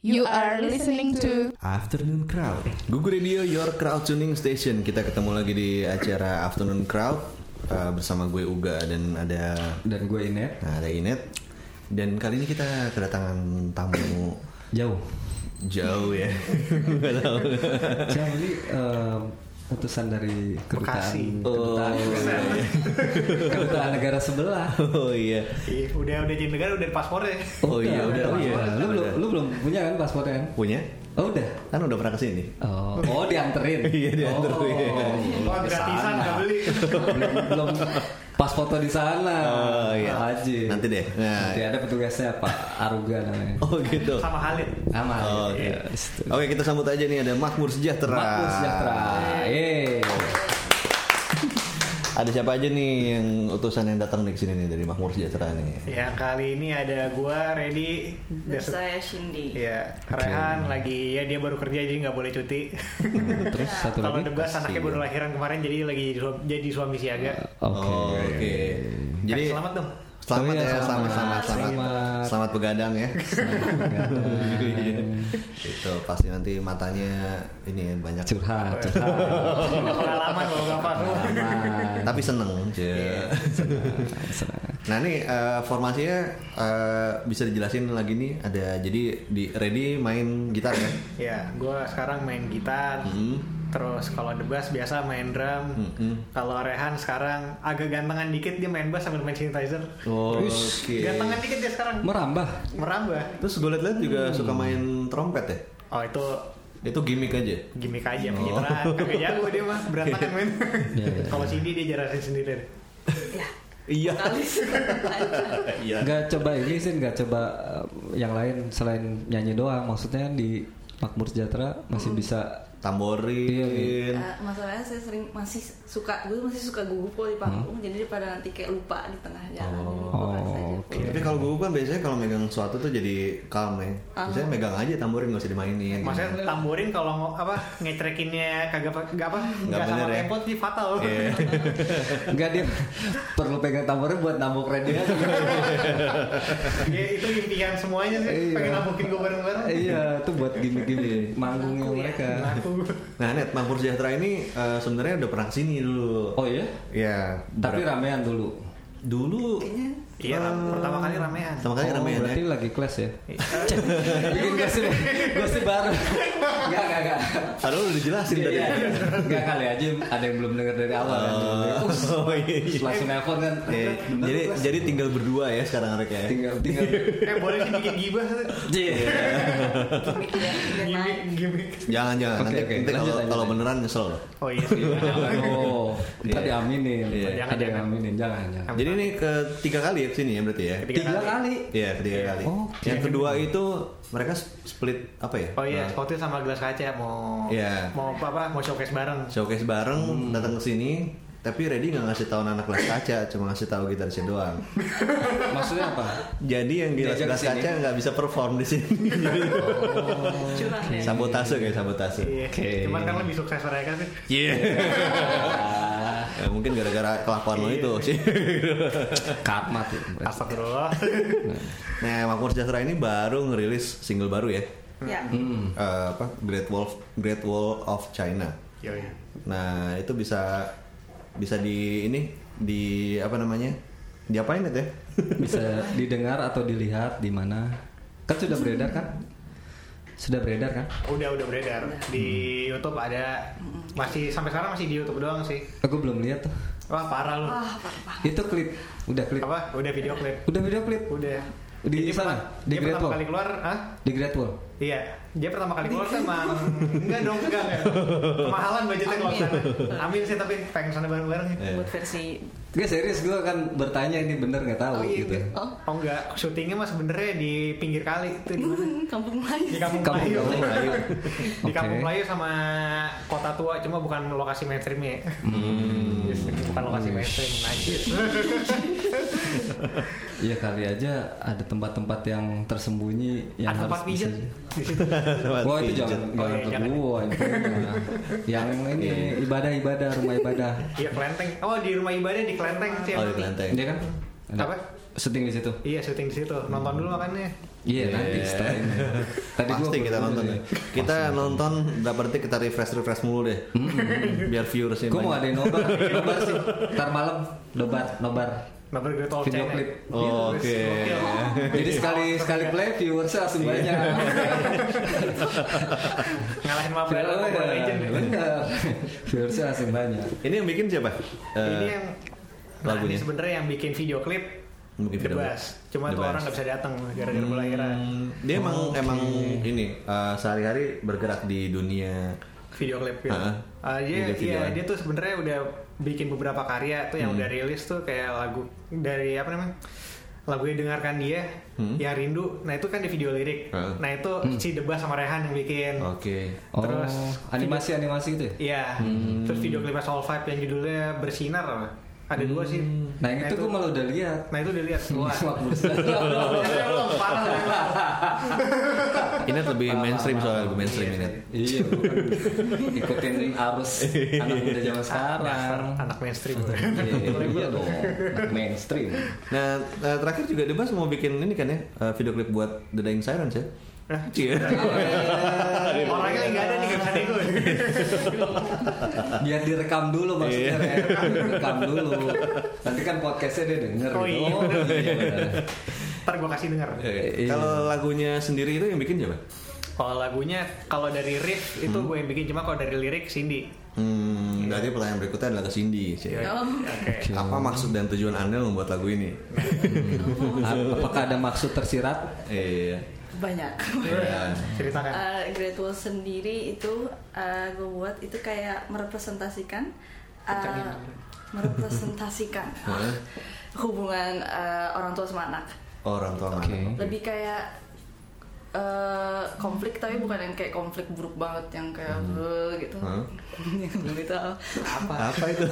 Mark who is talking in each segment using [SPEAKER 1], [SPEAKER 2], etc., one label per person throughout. [SPEAKER 1] You are listening to
[SPEAKER 2] Afternoon Crowd. Google Radio Your Crowd Tuning Station. Kita ketemu lagi di acara Afternoon Crowd uh, bersama gue Uga dan ada
[SPEAKER 3] dan ya. gue Inet
[SPEAKER 2] nah, ada Inet. Dan kali ini kita kedatangan tamu
[SPEAKER 3] jauh
[SPEAKER 2] jauh ya. Gak tahu.
[SPEAKER 3] saya beli eh, utusan dari
[SPEAKER 4] Bekasi.
[SPEAKER 2] Oh,
[SPEAKER 3] kedutaan kedutaan, kedutaan negara sebelah
[SPEAKER 2] Oh iya.
[SPEAKER 4] Iya, udah udah jadi negara udah di paspornya.
[SPEAKER 2] Oh iya, udah. Oh iya.
[SPEAKER 3] Nah, lu belum lu belum punya kan paspornya kan
[SPEAKER 2] Punya?
[SPEAKER 3] oh udah
[SPEAKER 2] Kan udah pernah kesini.
[SPEAKER 3] oh, oh dianterin Oh,
[SPEAKER 2] Iya, dianterin.
[SPEAKER 4] Wah, Oh, gratisan
[SPEAKER 3] Kesana.
[SPEAKER 4] nggak beli.
[SPEAKER 3] belum, belum pas foto di sana
[SPEAKER 2] Oh, iya.
[SPEAKER 3] Haji.
[SPEAKER 2] Nanti deh. Nah.
[SPEAKER 3] nanti ada petugasnya Pak Aruga namanya
[SPEAKER 2] Oh gitu.
[SPEAKER 4] Sama Halid.
[SPEAKER 3] aman
[SPEAKER 2] Oh, Oke.
[SPEAKER 3] Iya.
[SPEAKER 2] Oke, kita sambut aja nih ada Makmur Sejahtera.
[SPEAKER 3] Makmur sejahtera
[SPEAKER 4] Iya.
[SPEAKER 3] Iya. Yeay.
[SPEAKER 2] Ada siapa aja nih yang utusan yang datang nih ke sini nih dari Makmur Sejahtera nih?
[SPEAKER 4] Ya kali ini ada gua Ready.
[SPEAKER 5] Dan saya Cindy.
[SPEAKER 4] Ya, Rehan lagi ya dia baru kerja jadi nggak boleh cuti.
[SPEAKER 3] terus satu
[SPEAKER 4] Kalau
[SPEAKER 3] lagi
[SPEAKER 4] Debas anaknya
[SPEAKER 3] Kasih.
[SPEAKER 4] baru lahiran kemarin jadi lagi su- jadi suami siaga.
[SPEAKER 3] Oke.
[SPEAKER 2] Oh, Oke. Jadi
[SPEAKER 4] Jadi Eh, selamat dong.
[SPEAKER 2] Selamat
[SPEAKER 3] Oh
[SPEAKER 2] ya,
[SPEAKER 3] iya,
[SPEAKER 2] selamat,
[SPEAKER 3] selamat,
[SPEAKER 2] selamat, selamat, selamat,
[SPEAKER 3] selamat.
[SPEAKER 2] begadang ya. itu pasti nanti matanya ini ya, banyak.
[SPEAKER 3] Curhat, curhat.
[SPEAKER 4] Oh. Pengalaman kalau gampang.
[SPEAKER 2] Tapi seneng.
[SPEAKER 3] Iya.
[SPEAKER 2] Iya. Nah ini eh, formasinya eh, bisa dijelasin lagi nih ada jadi di ready main gitar ya.
[SPEAKER 4] Ya, gua sekarang main gitar.
[SPEAKER 2] Hmm.
[SPEAKER 4] Terus kalau Debas biasa main drum.
[SPEAKER 3] Hmm.
[SPEAKER 4] Kalau Rehan sekarang agak gantengan dikit dia main bass sambil main synthesizer.
[SPEAKER 2] Oke.
[SPEAKER 4] Gantengan dikit dia sekarang.
[SPEAKER 3] Merambah.
[SPEAKER 4] Merambah.
[SPEAKER 2] Terus gue liat-liat juga
[SPEAKER 3] Hmm.
[SPEAKER 2] suka main trompet ya.
[SPEAKER 4] Oh itu
[SPEAKER 2] Itu gimmick aja.
[SPEAKER 4] gimmick aja pencitraan. Kagak jago dia mah berantakan men.
[SPEAKER 3] Iya, iya.
[SPEAKER 4] Kalau Cindy dia jarasin sendiri.
[SPEAKER 5] Ya,
[SPEAKER 2] Iya.
[SPEAKER 5] alis.
[SPEAKER 2] Iya.
[SPEAKER 3] Gak coba ini sih, gak coba uh, yang lain selain nyanyi doang. Maksudnya di Makmur Sejahtera masih bisa Iya,
[SPEAKER 2] Tamborin.
[SPEAKER 5] Ah, masalahnya saya sering masih suka, gue masih suka gugup kalau di panggung.
[SPEAKER 1] Hmm.
[SPEAKER 5] Jadi daripada nanti kayak lupa di tengah jalan. lupa
[SPEAKER 3] Oh,
[SPEAKER 5] bahasa aja.
[SPEAKER 3] oke.
[SPEAKER 2] Tapi kalau gue kan biasanya kalau megang sesuatu tuh jadi calm ya.
[SPEAKER 3] Ah.
[SPEAKER 2] Biasanya megang aja tamborin gak usah dimainin.
[SPEAKER 4] Maksudnya tamborin kalau ngo- apa ngecerekinnya kagak pa- nggak apa
[SPEAKER 2] Nggak
[SPEAKER 4] nggak sama
[SPEAKER 2] bener ya.
[SPEAKER 4] tempo sih fatal.
[SPEAKER 2] Iya.
[SPEAKER 3] Enggak dia perlu pegang tambornya buat nambok radio.
[SPEAKER 4] Ya, itu impian semuanya sih.
[SPEAKER 3] Iya.
[SPEAKER 4] Pengen nabokin gue bareng-bareng.
[SPEAKER 3] iya, itu buat gimmick-gimmick manggungnya
[SPEAKER 5] Laku ya.
[SPEAKER 3] mereka.
[SPEAKER 4] Aku
[SPEAKER 2] Nah, Net, Makmur Sejahtera ini eh, sebenarnya udah pernah kesini dulu.
[SPEAKER 3] Oh iya?
[SPEAKER 2] Ya,
[SPEAKER 3] Tapi
[SPEAKER 2] berapa-
[SPEAKER 3] ramean dulu.
[SPEAKER 2] dulu
[SPEAKER 5] Kayaknya
[SPEAKER 4] Iya, ram- pertama kali ramean.
[SPEAKER 2] sama kali
[SPEAKER 3] Oh,
[SPEAKER 2] ramean ya.
[SPEAKER 3] berarti lagi kelas ya? Bikin gosip, gosip baru. Enggak, enggak, enggak.
[SPEAKER 2] Padahal udah dijelasin
[SPEAKER 3] Iya,
[SPEAKER 2] tadi.
[SPEAKER 3] iya. Enggak kali aja ada yang belum dengar dari awal kan. Terus
[SPEAKER 2] Oh, iya, iya.
[SPEAKER 3] langsung nelpon kan.
[SPEAKER 2] Eh,
[SPEAKER 3] Bener,
[SPEAKER 2] jadi
[SPEAKER 3] Mas.
[SPEAKER 2] jadi tinggal berdua ya sekarang mereka ya.
[SPEAKER 3] tinggal Iya. tinggal
[SPEAKER 4] eh boleh sih bikin gibah.
[SPEAKER 2] iya.
[SPEAKER 5] mikir yang tidak
[SPEAKER 4] Gimmick,
[SPEAKER 5] naik.
[SPEAKER 4] gimmick.
[SPEAKER 2] Jangan jangan
[SPEAKER 3] Oke,
[SPEAKER 2] nanti, nanti
[SPEAKER 3] oke, lanjut,
[SPEAKER 2] kalau
[SPEAKER 3] lanjut,
[SPEAKER 2] kalau
[SPEAKER 3] lanjut.
[SPEAKER 2] beneran nyesel loh.
[SPEAKER 4] Oh iya sih.
[SPEAKER 3] Oh, tadi aminin.
[SPEAKER 2] Iya.
[SPEAKER 3] Jangan
[SPEAKER 4] Jangan, jangan.
[SPEAKER 3] aminin, jangan jangan.
[SPEAKER 2] Jadi ini ketiga kali ya kesini ya berarti ya.
[SPEAKER 4] Ketiga
[SPEAKER 3] Tiga kali.
[SPEAKER 2] Iya ketiga kali.
[SPEAKER 3] Oke.
[SPEAKER 2] Yang kedua itu mereka split apa ya?
[SPEAKER 4] Oh iya,
[SPEAKER 2] Eh,
[SPEAKER 4] Spotify sama gelas kaca mau
[SPEAKER 2] Iya.
[SPEAKER 4] mau apa, apa mau showcase bareng.
[SPEAKER 2] showcase bareng datang ke sini tapi Reddy nggak ngasih tahu anak kelas kaca cuma ngasih tahu gitarisnya doang
[SPEAKER 3] Maksudnya apa?
[SPEAKER 2] jadi yang di
[SPEAKER 3] Diajak
[SPEAKER 2] kelas
[SPEAKER 3] ke sini.
[SPEAKER 2] kaca nggak bisa perform di sini
[SPEAKER 5] Curang ya.
[SPEAKER 2] sabotase kayak sabotase
[SPEAKER 4] Iya.
[SPEAKER 3] Oke.
[SPEAKER 4] Cuman kan lebih sukses mereka sih.
[SPEAKER 2] Iya. Ya, mungkin gara-gara kelakuan lo itu sih
[SPEAKER 3] Karmat ya.
[SPEAKER 4] Astagfirullah.
[SPEAKER 2] nah Makmur Sejahtera ini baru ngerilis single baru ya
[SPEAKER 5] Ya.
[SPEAKER 3] Hmm.
[SPEAKER 1] Hmm.
[SPEAKER 2] Eh, apa Great Wall Great Wall of China
[SPEAKER 4] Yoi.
[SPEAKER 2] nah itu bisa bisa di ini di apa namanya diapain itu ya
[SPEAKER 3] Bisa didengar atau dilihat di mana? Kan sudah beredar kan? Sudah beredar kan?
[SPEAKER 4] Udah udah beredar di YouTube ada masih sampai sekarang masih di YouTube doang sih.
[SPEAKER 3] Aku belum lihat tuh.
[SPEAKER 4] Wah parah lu.
[SPEAKER 5] Wah, Ah, parah.
[SPEAKER 3] Itu klip. Udah klip.
[SPEAKER 4] Apa? Udah video klip.
[SPEAKER 3] Udah video klip.
[SPEAKER 4] Udah.
[SPEAKER 3] Di
[SPEAKER 4] Dia
[SPEAKER 3] sana?
[SPEAKER 4] pertama-
[SPEAKER 3] Di
[SPEAKER 4] dia
[SPEAKER 3] Great
[SPEAKER 4] pertama
[SPEAKER 3] Wall?
[SPEAKER 4] kali keluar, ah?
[SPEAKER 3] Di Great Wall.
[SPEAKER 4] Iya. Dia pertama kali keluar tuh emang enggak dong enggak. enggak. Kemahalan budgetnya kalau
[SPEAKER 5] Amin.
[SPEAKER 4] sana. Amin sih tapi pengen kesana bareng-bareng
[SPEAKER 3] Iya,
[SPEAKER 4] ya.
[SPEAKER 2] Eh.
[SPEAKER 5] Buat versi
[SPEAKER 3] Gue serius gue kan bertanya ini bener nggak
[SPEAKER 4] Oh,
[SPEAKER 3] tahu
[SPEAKER 4] iya,
[SPEAKER 3] gitu.
[SPEAKER 4] iya.
[SPEAKER 5] Oh.
[SPEAKER 4] Oh enggak, syutingnya mah sebenarnya di pinggir kali itu di mana?
[SPEAKER 5] kampung
[SPEAKER 4] Di
[SPEAKER 5] Melayu.
[SPEAKER 4] Kampung
[SPEAKER 3] Kampung-
[SPEAKER 4] Melayu.
[SPEAKER 3] Kampung Melayu.
[SPEAKER 4] di Kampung
[SPEAKER 3] Oke.
[SPEAKER 4] Melayu sama Kota Tua cuma bukan lokasi mainstreamnya. ya. Yes, bukan lokasi
[SPEAKER 3] Hmm.
[SPEAKER 4] mainstream. Najis.
[SPEAKER 3] Iya kali aja ada tempat-tempat yang tersembunyi yang
[SPEAKER 4] Ada tempat
[SPEAKER 3] Ya, bisa-
[SPEAKER 4] pijat di situ.
[SPEAKER 3] Wah itu jangan
[SPEAKER 4] Oh, iya,
[SPEAKER 3] jangan
[SPEAKER 4] jangan.
[SPEAKER 3] kedua yang ini ibadah-ibadah rumah ibadah.
[SPEAKER 4] Iya Kelenteng. Oh di rumah ibadah di Kelenteng sih.
[SPEAKER 2] Oh, di Kelenteng.
[SPEAKER 3] Iya kan? Ada.
[SPEAKER 4] Apa?
[SPEAKER 3] syuting di situ.
[SPEAKER 4] Iya syuting di situ. Nonton dulu makanya.
[SPEAKER 3] Iya nanti
[SPEAKER 2] Yeah.
[SPEAKER 3] setelah ini. gua
[SPEAKER 2] Pasti
[SPEAKER 3] upload
[SPEAKER 2] kita
[SPEAKER 3] dulu
[SPEAKER 2] nonton
[SPEAKER 3] nih.
[SPEAKER 2] ya. Kita nonton berapa detik kita refresh refresh mulu deh. Biar viewersnya
[SPEAKER 3] Gue Hmm.
[SPEAKER 2] banyak.
[SPEAKER 3] mau ada yang nobar, nobar sih. Ntar malam nobar, nobar.
[SPEAKER 4] Baper Great Wall
[SPEAKER 3] Video
[SPEAKER 4] China. Iya,
[SPEAKER 3] clip.
[SPEAKER 2] Oh,
[SPEAKER 4] Terus,
[SPEAKER 2] Oke.
[SPEAKER 4] gokil.
[SPEAKER 3] Jadi sekali sekali play viewersnya langsung banyak.
[SPEAKER 4] Ngalahin Mobile
[SPEAKER 3] Viewersnya
[SPEAKER 4] Mobile Legend. ya.
[SPEAKER 3] bener. Viewersnya langsung banyak.
[SPEAKER 2] Ini yang bikin siapa?
[SPEAKER 4] Ini
[SPEAKER 2] Eh,
[SPEAKER 4] yang
[SPEAKER 2] lagunya.
[SPEAKER 4] lagunya sebenarnya yang bikin video klip
[SPEAKER 2] Bikin
[SPEAKER 4] The
[SPEAKER 2] video klip.
[SPEAKER 4] Bus. Cuma
[SPEAKER 2] The
[SPEAKER 4] tuh
[SPEAKER 2] Bus.
[SPEAKER 4] orang nggak bisa datang gara-gara belahiran.
[SPEAKER 2] Hmm, dia emang emang ini eh, sehari-hari bergerak di dunia
[SPEAKER 4] video klip ya.
[SPEAKER 2] Heeh.
[SPEAKER 4] Ah, dia, iya,
[SPEAKER 2] Video videoan.
[SPEAKER 4] dia tuh sebenarnya udah bikin beberapa karya tuh
[SPEAKER 2] Hmm.
[SPEAKER 4] yang udah rilis tuh kayak lagu dari apa namanya? Lagu yang dengarkan dia yang rindu. Nah, itu kan di video lirik.
[SPEAKER 2] Hmm. Heeh.
[SPEAKER 4] Nah, itu
[SPEAKER 3] Hmm.
[SPEAKER 4] si Debas sama Rehan yang bikin.
[SPEAKER 2] Oke.
[SPEAKER 3] Oh,
[SPEAKER 4] Terus
[SPEAKER 3] animasi animasi gitu. ya?
[SPEAKER 4] Iya. Terus video klipnya Soul Vibe yang judulnya Bersinar. Ada dua sih.
[SPEAKER 3] Nah yang itu Hmm. gue malah udah lihat.
[SPEAKER 4] Nah, itu dilihat. Wah.
[SPEAKER 3] Belum, parah lah.
[SPEAKER 2] Ini lebih mainstream soalnya lebih mainstream ini.
[SPEAKER 3] Iya, bukan. ikutin arus anak muda zaman sekarang.
[SPEAKER 4] anak mainstream.
[SPEAKER 3] Iya, Iya dong, anak mainstream.
[SPEAKER 2] Nah, eh, terakhir juga Debas mau bikin ini kan ya eh, video klip buat The Dying Sirens ya?
[SPEAKER 4] Hah?
[SPEAKER 2] Iya.
[SPEAKER 4] Orangnya lagi nggak ada nih, nggak bisa nego.
[SPEAKER 3] Biar direkam dulu maksudnya, Ren. direkam dulu. Nanti kan podcastnya dia denger.
[SPEAKER 4] Oh,
[SPEAKER 3] gitu.
[SPEAKER 4] iya.
[SPEAKER 3] iya.
[SPEAKER 4] Ntar gue kasih denger.
[SPEAKER 2] Eh, Kalau lagunya sendiri itu yang bikin siapa?
[SPEAKER 4] Kalau lagunya, kalau dari riff itu gue yang bikin, cuma kalau dari lirik Cindy.
[SPEAKER 2] Hmm, berarti pertanyaan berikutnya adalah ke Cindy. Ci.
[SPEAKER 4] Oke.
[SPEAKER 2] Apa maksud dan tujuan Anda membuat lagu ini?
[SPEAKER 3] Iya. Apakah ada maksud tersirat?
[SPEAKER 2] Iya.
[SPEAKER 5] banyak
[SPEAKER 2] Iya.
[SPEAKER 4] Ceritakan.
[SPEAKER 5] Eh, Great Wall sendiri itu eh, gue buat itu kayak merepresentasikan eh, merepresentasikan
[SPEAKER 2] Hah?
[SPEAKER 5] hubungan eh, orang tua sama anak
[SPEAKER 2] Orang tua mana?
[SPEAKER 3] Oke.
[SPEAKER 5] lebih kayak eh, konflik tapi bukan yang kayak konflik buruk banget yang kayak "Beuh," gitu
[SPEAKER 2] Hmm.
[SPEAKER 5] yang gitu. belum itu apa
[SPEAKER 2] Apa itu?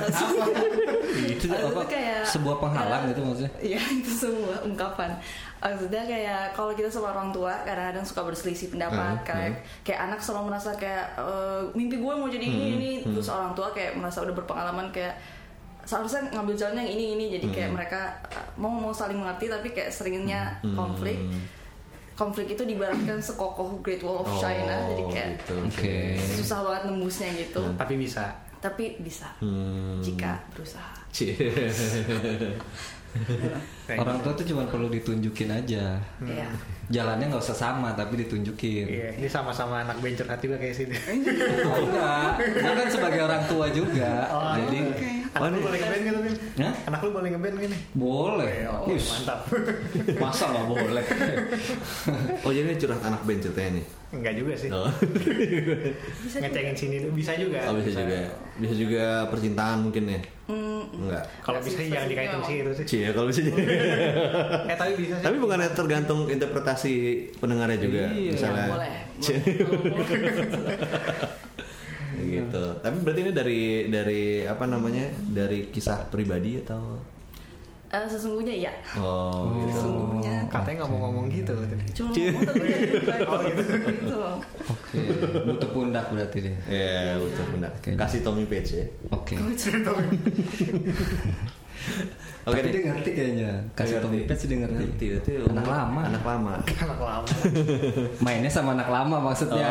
[SPEAKER 5] Itu
[SPEAKER 3] Itu apa?
[SPEAKER 5] kayak-
[SPEAKER 3] Sebuah penghalang gitu maksudnya.
[SPEAKER 5] Iya itu semua ungkapan. Maksudnya kayak kalau kita sama orang tua kadang-kadang suka berselisih pendapat,
[SPEAKER 2] Hmm,
[SPEAKER 5] kayak kayak anak selalu merasa kayak "Eh, mimpi gue mau jadi
[SPEAKER 2] Hmm,
[SPEAKER 5] ini ini, terus orang tua kayak merasa udah berpengalaman kayak seharusnya ngambil jalan yang ini ini,
[SPEAKER 2] Hmm,
[SPEAKER 5] jadi kayak mereka eh, mau mau saling mengerti tapi kayak seringnya
[SPEAKER 2] Hmm,
[SPEAKER 5] konflik. Konflik itu dibaratkan sekokoh Great Wall of China, jadi kayak
[SPEAKER 2] Oh, gitu.
[SPEAKER 3] Oke.
[SPEAKER 5] susah banget nembusnya gitu.
[SPEAKER 4] Tapi bisa.
[SPEAKER 5] Tapi bisa
[SPEAKER 2] Hmm.
[SPEAKER 5] jika berusaha.
[SPEAKER 2] Ci.
[SPEAKER 4] Thank
[SPEAKER 3] Orang tua tuh cuma perlu ditunjukin aja.
[SPEAKER 2] Hmm.
[SPEAKER 5] Iya.
[SPEAKER 3] Jalannya nggak usah sama tapi ditunjukin.
[SPEAKER 4] Iya, ini sama-sama anak bench curhat juga kayak sini.
[SPEAKER 3] Oh, enggak, gue kan sebagai orang tua juga,
[SPEAKER 4] Oh,
[SPEAKER 3] jadi
[SPEAKER 4] Anak lu boleh ngeband gitu, Bin?
[SPEAKER 3] Hah? Iya,
[SPEAKER 4] Anak lu boleh ngeband gini?
[SPEAKER 3] boleh.
[SPEAKER 4] Oke,
[SPEAKER 3] Wih,
[SPEAKER 4] mantap.
[SPEAKER 3] masa nggak boleh?
[SPEAKER 2] Oh jadi ini curhat anak band ceritanya nih.
[SPEAKER 4] Enggak juga sih.
[SPEAKER 2] Oh.
[SPEAKER 5] Bisa juga.
[SPEAKER 4] Ngecengin sini dulu. bisa juga.
[SPEAKER 2] Oh, bisa juga. Bisa juga percintaan mungkin ya?
[SPEAKER 5] Hmm,
[SPEAKER 2] Enggak.
[SPEAKER 4] Kalau bisa sih jangan dikaitin sih itu sih.
[SPEAKER 2] Ci, ya, kalau bisa jadi.
[SPEAKER 4] Eh tapi bisa sih.
[SPEAKER 2] Tapi bukannya tergantung interpretasi pendengarnya juga,
[SPEAKER 3] Iya.
[SPEAKER 2] misalnya.
[SPEAKER 5] ya, boleh.
[SPEAKER 2] Ci, gitu. Tapi berarti ini dari dari apa namanya? Dari kisah pribadi atau?
[SPEAKER 5] Eh, sesungguhnya iya.
[SPEAKER 2] Oh, gitu.
[SPEAKER 5] Sesungguhnya.
[SPEAKER 4] Katanya nggak mau ngomong gitu. tadi.
[SPEAKER 5] Cuma ngomong tapi nggak dilihat. gitu. loh.
[SPEAKER 3] Oke, butuh pundak berarti dia.
[SPEAKER 2] Ya, betul benar. Kasih Tommy Page ya.
[SPEAKER 3] Oke.
[SPEAKER 2] Oke
[SPEAKER 3] Tapi
[SPEAKER 2] deh.
[SPEAKER 3] dia ngerti kayaknya. Kasih
[SPEAKER 2] Ngerti.
[SPEAKER 3] Tommy Pets dia ngerti.
[SPEAKER 2] Ngerti, berarti
[SPEAKER 3] Anak lama.
[SPEAKER 2] Anak lama.
[SPEAKER 4] Anak lama.
[SPEAKER 3] Mainnya sama anak Oh, iya. lama maksudnya.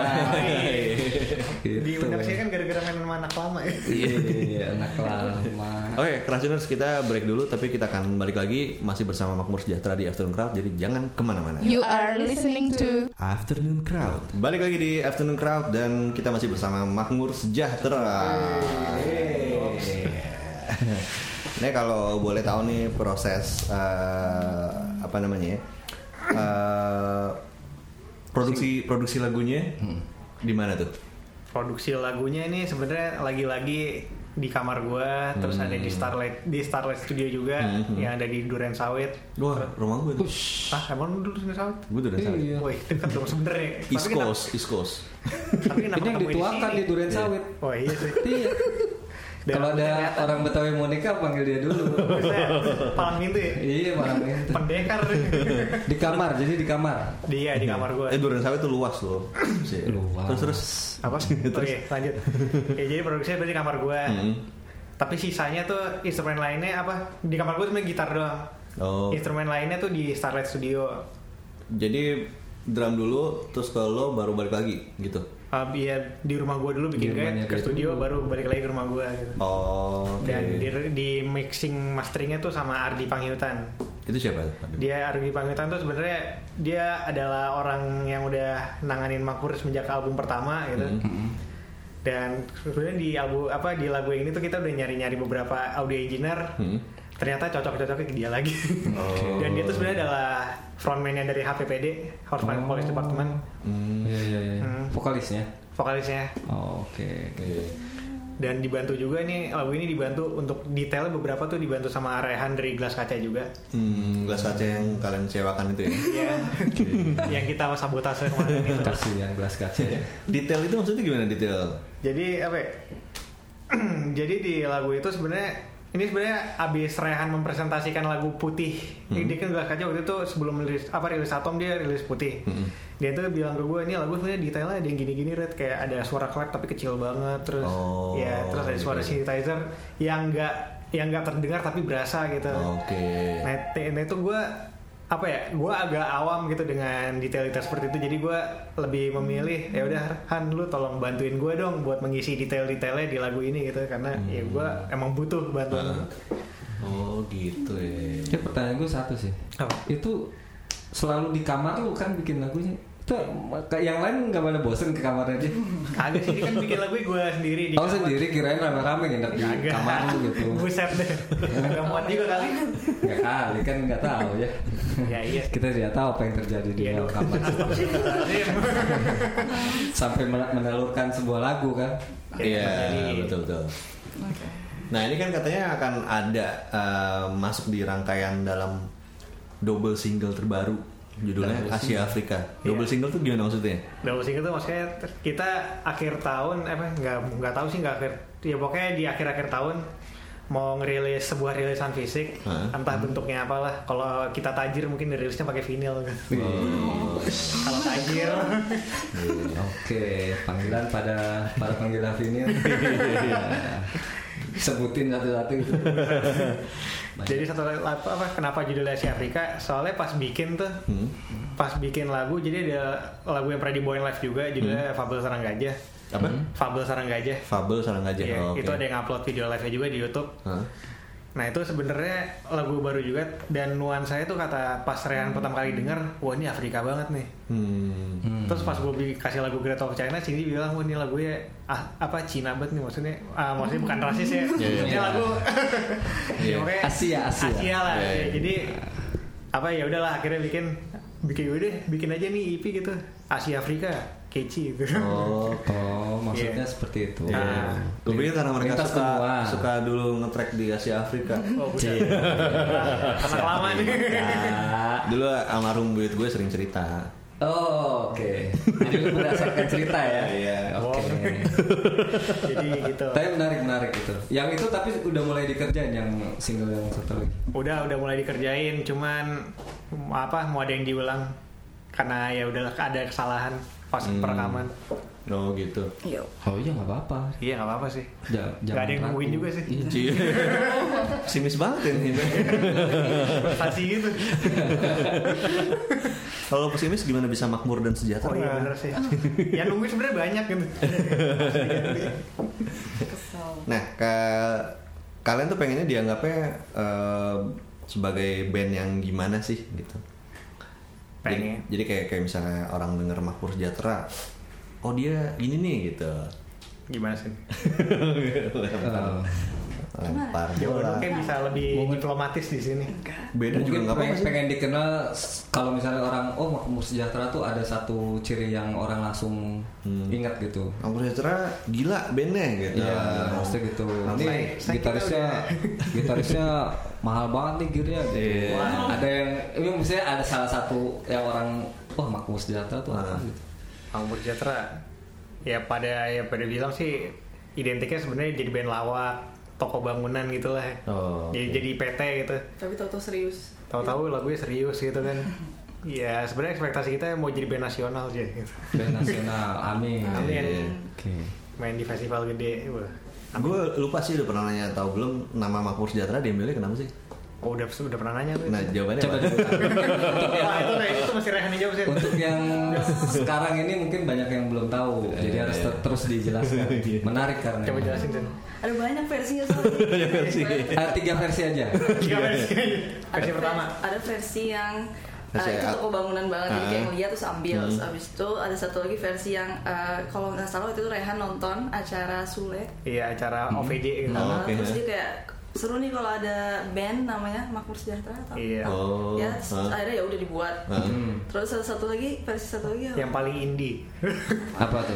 [SPEAKER 3] Gitu.
[SPEAKER 4] Di sih kan gara-gara main sama anak lama ya.
[SPEAKER 3] Iya, anak lama.
[SPEAKER 2] Oke, Krasuners kita break dulu tapi kita akan balik lagi masih bersama Makmur Sejahtera di Afternoon Crowd jadi jangan kemana-mana.
[SPEAKER 1] You are listening to
[SPEAKER 2] Afternoon Crowd. Balik lagi di Afternoon Crowd dan kita masih bersama Makmur Sejahtera. Ini kalau boleh tahu nih proses eh, apa namanya ya? Eh, produksi produksi lagunya di mana tuh?
[SPEAKER 4] Produksi lagunya ini sebenarnya lagi-lagi di kamar gua, terus ada
[SPEAKER 3] Hmm.
[SPEAKER 4] di Starlight di Starlight Studio juga yang ada di Duren Sawit.
[SPEAKER 2] Wah, rumah gue tuh.
[SPEAKER 4] Ah, emang lu Duren Sawit?
[SPEAKER 2] Gue tuh dari sana.
[SPEAKER 3] Iya.
[SPEAKER 4] Woi, dekat dong sebenernya. Tapi
[SPEAKER 2] East
[SPEAKER 4] kenapa-
[SPEAKER 2] Coast, East Coast.
[SPEAKER 4] Tapi kenapa
[SPEAKER 3] Ini yang
[SPEAKER 4] ketemu
[SPEAKER 3] dituakan di
[SPEAKER 4] sini?
[SPEAKER 3] Duren Sawit.
[SPEAKER 4] Oh iya sih.
[SPEAKER 3] Iya.
[SPEAKER 4] Dan
[SPEAKER 3] Kalau ada
[SPEAKER 4] kelihatan.
[SPEAKER 3] orang Betawi mau nikah panggil dia dulu.
[SPEAKER 4] Saya palang pintu ya.
[SPEAKER 3] Iya, malam itu.
[SPEAKER 4] Pendekar.
[SPEAKER 3] Di kamar, jadi di kamar.
[SPEAKER 4] Dia di kamar gua.
[SPEAKER 2] Eh Duren Sawit tuh luas loh. Sih.
[SPEAKER 3] Luas.
[SPEAKER 2] Terus terus
[SPEAKER 4] Apa? Oke, lanjut. Ya, jadi produksinya berarti di kamar gua.
[SPEAKER 3] Hmm.
[SPEAKER 2] Mm.
[SPEAKER 4] Tapi sisanya tuh instrumen lainnya apa? Di kamar gua cuma gitar doang.
[SPEAKER 2] Oh.
[SPEAKER 4] Instrumen lainnya tuh di Starlight Studio.
[SPEAKER 2] Jadi drum dulu terus ke lo baru balik lagi gitu.
[SPEAKER 4] Um, ya di rumah gua dulu bikin
[SPEAKER 3] Di rumahnya
[SPEAKER 4] kayak ke
[SPEAKER 3] dia
[SPEAKER 4] studio baru balik lagi ke rumah gua gitu.
[SPEAKER 2] Oh, oke.
[SPEAKER 4] Dan di, di mixing masteringnya tuh sama Ardi Panghiutan.
[SPEAKER 2] Itu siapa?
[SPEAKER 4] Dia Ardi Panghiutan tuh sebenarnya dia adalah orang yang udah nanganin Makmur semenjak album pertama gitu.
[SPEAKER 3] Mm-hmm.
[SPEAKER 4] Dan sebenarnya di album apa di lagu yang ini tuh kita udah nyari-nyari beberapa audio engineer.
[SPEAKER 3] Mm-hmm.
[SPEAKER 2] Hmm.
[SPEAKER 4] Ternyata cocok-cocoknya ke dia lagi.
[SPEAKER 3] Oh.
[SPEAKER 4] Dan dia tuh sebenarnya adalah frontman-nya dari HPPD,
[SPEAKER 3] Oh.
[SPEAKER 4] Horseman Police Department,
[SPEAKER 2] Hmm.
[SPEAKER 3] Iya iya iya.
[SPEAKER 4] Hmm.
[SPEAKER 3] Vokalisnya.
[SPEAKER 4] vokalisnya.
[SPEAKER 3] Oh, oke.
[SPEAKER 2] Iya.
[SPEAKER 4] Dan dibantu juga nih lagu ini dibantu untuk detail beberapa tuh dibantu sama Rehan dari Glass Kaca juga.
[SPEAKER 2] Hmm, gelas kaca yang kalian cewakan itu ya.
[SPEAKER 4] Ya. yang kita sabotase kemarin itu.
[SPEAKER 3] Kasih yang gelas kaca ya.
[SPEAKER 2] detail itu maksudnya gimana detail?
[SPEAKER 4] Jadi apa? ya? Jadi di lagu itu sebenarnya ini sebenarnya abis Rehan mempresentasikan lagu putih. Ini
[SPEAKER 2] Hmm.
[SPEAKER 4] dia kan Glass Kaca waktu itu sebelum rilis apa rilis Atom dia rilis putih.
[SPEAKER 2] Hmm.
[SPEAKER 4] Dia tuh bilang ke gue ini lagu sebenarnya detailnya ada yang gini-gini red kayak ada suara klak tapi kecil banget terus
[SPEAKER 2] Oh,
[SPEAKER 4] ya terus ada suara
[SPEAKER 2] gitu.
[SPEAKER 4] synthesizer yang enggak yang nggak terdengar tapi berasa gitu.
[SPEAKER 2] Oh, Oke.
[SPEAKER 4] Nah, te- nah itu gue apa ya? Gue agak awam gitu dengan detail-detail seperti itu. Jadi gue lebih memilih ya udah Han lu tolong bantuin gue dong buat mengisi detail-detailnya di lagu ini gitu karena ya gue emang butuh bantuan. lu.
[SPEAKER 2] Oh gitu ya.
[SPEAKER 3] Ya pertanyaan gue satu sih.
[SPEAKER 4] Apa?
[SPEAKER 3] Itu selalu di kamar lu kan bikin lagunya. Itu kayak yang lain nggak pada bosen ke kamarnya aja.
[SPEAKER 4] Kagak sih ini kan bikin lagu gue sendiri di
[SPEAKER 3] Tahu sendiri kirain rame-rame nginep di
[SPEAKER 4] Kagak.
[SPEAKER 3] kamar lu gitu.
[SPEAKER 4] Buset deh. Kagak muat juga kali.
[SPEAKER 3] Nggak kali kan nggak tahu ya.
[SPEAKER 4] ya iya.
[SPEAKER 3] Kita tidak tahu apa yang terjadi di
[SPEAKER 4] Iya dong.
[SPEAKER 3] dalam kamar sampai men- menelurkan sebuah lagu kan.
[SPEAKER 2] Iya
[SPEAKER 4] Jadi-
[SPEAKER 2] betul betul.
[SPEAKER 5] Oke.
[SPEAKER 2] Nah ini kan katanya akan ada eh, masuk di rangkaian dalam double single terbaru judulnya
[SPEAKER 3] Double
[SPEAKER 2] Asia Afrika. Double
[SPEAKER 4] Iya.
[SPEAKER 2] single tuh gimana maksudnya?
[SPEAKER 4] Double single tuh maksudnya ter- kita akhir tahun eh, apa nggak nggak tahu sih nggak akhir ya pokoknya di akhir-akhir tahun mau ngerilis sebuah rilisan fisik
[SPEAKER 2] Hah?
[SPEAKER 4] entah bentuknya apalah kalau kita tajir mungkin rilisnya pakai vinyl kan kalau tajir
[SPEAKER 3] Iya, Oke, panggilan pada para panggilan ini. Sebutin satu-satu gitu.
[SPEAKER 4] jadi satu lagi, apa, apa kenapa judulnya Asia Afrika soalnya pas bikin tuh
[SPEAKER 2] Hmm?
[SPEAKER 4] pas bikin lagu jadi ada lagu yang pernah dibawain live juga judulnya Fabel Sarang Gajah
[SPEAKER 2] Hmm? Apa?
[SPEAKER 4] Fabel Sarang Gajah
[SPEAKER 2] Fabel Oh, sarang aja.
[SPEAKER 4] Iya, itu ada yang upload video live-nya juga di YouTube Nah itu sebenarnya lagu baru juga dan nuansanya tuh kata pas Rehan pertama kali denger, wah ini Afrika banget nih.
[SPEAKER 2] Hmm.
[SPEAKER 4] Terus pas gue kasih lagu Great of China, Cindy bilang, wah ini lagunya ah, apa Cina banget nih maksudnya, ah, maksudnya bukan rasis ya,
[SPEAKER 2] Iya, iya.
[SPEAKER 4] ini lagu
[SPEAKER 2] Iya.
[SPEAKER 4] ya, pokoknya
[SPEAKER 3] Asia, Asia.
[SPEAKER 4] lah.
[SPEAKER 2] Iya, iya.
[SPEAKER 4] Ya, Jadi apa ya udahlah akhirnya bikin bikin gue deh, bikin aja nih EP gitu Asia Afrika keci gitu.
[SPEAKER 2] Oh.
[SPEAKER 3] Oh, maksudnya
[SPEAKER 4] Iya.
[SPEAKER 3] seperti itu.
[SPEAKER 4] Iya.
[SPEAKER 2] Gue pikir karena mereka
[SPEAKER 3] Lintas
[SPEAKER 2] suka
[SPEAKER 3] benua.
[SPEAKER 2] suka dulu ngetrack di Asia Afrika.
[SPEAKER 4] Oh, buset. Anak lama nih.
[SPEAKER 3] Nah.
[SPEAKER 2] Iya. Dulu almarhum buyut gue sering cerita.
[SPEAKER 3] Oh, oke. Jadi lu berdasarkan cerita ya.
[SPEAKER 2] Iya.
[SPEAKER 3] Oke.
[SPEAKER 4] Jadi gitu.
[SPEAKER 3] Tapi menarik menarik itu. Yang itu tapi udah mulai dikerjain yang single yang satu lagi.
[SPEAKER 4] udah udah mulai dikerjain cuman m- apa mau ada yang diulang karena ya udah ada kesalahan pas
[SPEAKER 2] Hmm.
[SPEAKER 4] perekaman
[SPEAKER 2] Oh gitu.
[SPEAKER 5] Yo.
[SPEAKER 3] Oh iya nggak apa-apa.
[SPEAKER 4] iya nggak apa-apa sih
[SPEAKER 3] Ja-
[SPEAKER 4] nggak ada yang
[SPEAKER 3] jangan
[SPEAKER 4] nungguin
[SPEAKER 3] ragu.
[SPEAKER 4] juga sih
[SPEAKER 2] Cie. Simis banget ini.
[SPEAKER 4] pasti gitu
[SPEAKER 2] Kalau pesimis gimana bisa makmur dan sejahtera?
[SPEAKER 4] oh iya bener sih ya nungguin sebenarnya banyak gitu
[SPEAKER 5] Kesel.
[SPEAKER 2] Nah, ke- kalian tuh pengennya dianggapnya eh, sebagai band yang gimana sih gitu?
[SPEAKER 4] Pengen.
[SPEAKER 2] Jadi, jadi kayak kayak misalnya orang denger Makmur Sejahtera, oh dia ini nih gitu.
[SPEAKER 4] gimana sih
[SPEAKER 3] Eh,
[SPEAKER 2] Lempar bola.
[SPEAKER 4] jawabannya Ya, kayak bisa lebih diplomatis di sini
[SPEAKER 2] Beda juga
[SPEAKER 3] Mungkin
[SPEAKER 2] nggak apa-apa
[SPEAKER 3] pengen,
[SPEAKER 2] sih.
[SPEAKER 3] pengen dikenal s- kalau misalnya orang oh makmur sejahtera tuh ada satu ciri yang orang langsung
[SPEAKER 2] Hmm.
[SPEAKER 3] ingat gitu.
[SPEAKER 2] Makmur Sejahtera gila bandnya gitu.
[SPEAKER 3] Iya, maksudnya gitu. Ini
[SPEAKER 4] Saya- saya
[SPEAKER 3] gitarisnya gitarisnya mahal banget nih gearnya gitu.
[SPEAKER 2] Iya.
[SPEAKER 3] Wah, Ada yang ini misalnya ada salah satu yang orang wah makmur sejahtera tuh
[SPEAKER 2] Ah.
[SPEAKER 3] apa gitu.
[SPEAKER 4] Anggur Jatra ya pada ya pada bilang sih identiknya sebenarnya jadi band lawak toko bangunan gitulah
[SPEAKER 2] Oh,
[SPEAKER 4] jadi jadi PT gitu
[SPEAKER 5] Tapi tau-tau serius.
[SPEAKER 4] tahu-tahu lagunya serius gitu kan ya sebenarnya ekspektasi kita mau jadi band nasional aja gitu.
[SPEAKER 3] Band nasional. Amin.
[SPEAKER 4] Amin.
[SPEAKER 3] Oke.
[SPEAKER 4] main di festival gede wah.
[SPEAKER 2] Gue lupa sih udah pernah nanya atau belum nama Makmur Sejahtera diambilnya kenapa sih?
[SPEAKER 4] Oh udah udah pernah nanya lu.
[SPEAKER 2] Nah jawabannya
[SPEAKER 3] Coba
[SPEAKER 2] apa?
[SPEAKER 3] dulu.
[SPEAKER 4] Wah, itu Ray, itu masih Rehan yang jawab sih.
[SPEAKER 3] Untuk yang sekarang ini mungkin banyak yang belum tahu, jadi
[SPEAKER 2] Iya,
[SPEAKER 3] harus
[SPEAKER 2] iya.
[SPEAKER 3] ter- terus dijelaskan. Menarik karena
[SPEAKER 4] Coba
[SPEAKER 3] ini.
[SPEAKER 4] jelasin Sen.
[SPEAKER 5] Ada banyak ya, versinya soalnya.
[SPEAKER 2] Banyak versi.
[SPEAKER 3] Ah, tiga versi aja.
[SPEAKER 2] Iya.
[SPEAKER 4] Tiga versi. Iya. Versi
[SPEAKER 5] Ada
[SPEAKER 4] pertama.
[SPEAKER 5] versi- Ada versi yang uh,
[SPEAKER 2] Versi
[SPEAKER 5] itu
[SPEAKER 2] yang-
[SPEAKER 5] toko bangunan banget jadi kayak
[SPEAKER 2] Ah.
[SPEAKER 5] ngeliat terus ambil terus abis itu ada satu lagi versi yang uh, kalau nggak salah waktu itu Rehan nonton acara Sule
[SPEAKER 4] Iya acara OVJ gitu.
[SPEAKER 2] Oh,
[SPEAKER 5] Uh,
[SPEAKER 2] oke,
[SPEAKER 5] terus
[SPEAKER 2] ya.
[SPEAKER 5] dia kayak seru nih kalau ada band namanya Makmur Sejahtera atau apa.
[SPEAKER 4] Iya.
[SPEAKER 2] Oh.
[SPEAKER 5] ya terus
[SPEAKER 2] ah,
[SPEAKER 5] akhirnya ya udah dibuat
[SPEAKER 2] ah.
[SPEAKER 3] Hmm.
[SPEAKER 5] terus ada satu lagi versi satu lagi apa?
[SPEAKER 4] Yang paling indie.
[SPEAKER 3] Apa tuh?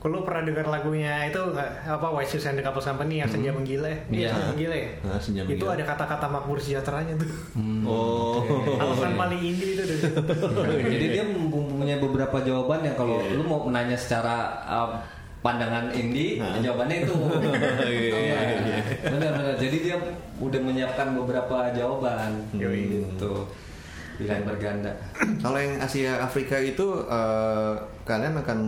[SPEAKER 4] Kalau lu pernah dengar lagunya itu nggak, apa White Shoes and the Couples Company yang senja menggila ya? Iya,
[SPEAKER 3] Iya.
[SPEAKER 4] senja menggila ya?
[SPEAKER 2] Hmm. Ah, Senja
[SPEAKER 4] Itu
[SPEAKER 2] Menggila.
[SPEAKER 4] ada kata-kata makmur sejahteranya tuh.
[SPEAKER 2] Oh.
[SPEAKER 4] Alasan paling indie itu dari situ.
[SPEAKER 3] Jadi dia mempunyai beberapa jawaban yang kalau
[SPEAKER 2] Iya.
[SPEAKER 3] lu mau menanya secara um, pandangan Indi, jawabannya itu.
[SPEAKER 2] Iya, iya, iya.
[SPEAKER 3] Benar-benar. Jadi dia udah menyiapkan beberapa jawaban.
[SPEAKER 4] Yoi.
[SPEAKER 3] Gitu. Pilihan berganda.
[SPEAKER 2] Kalau yang Asia Afrika itu eh, kalian akan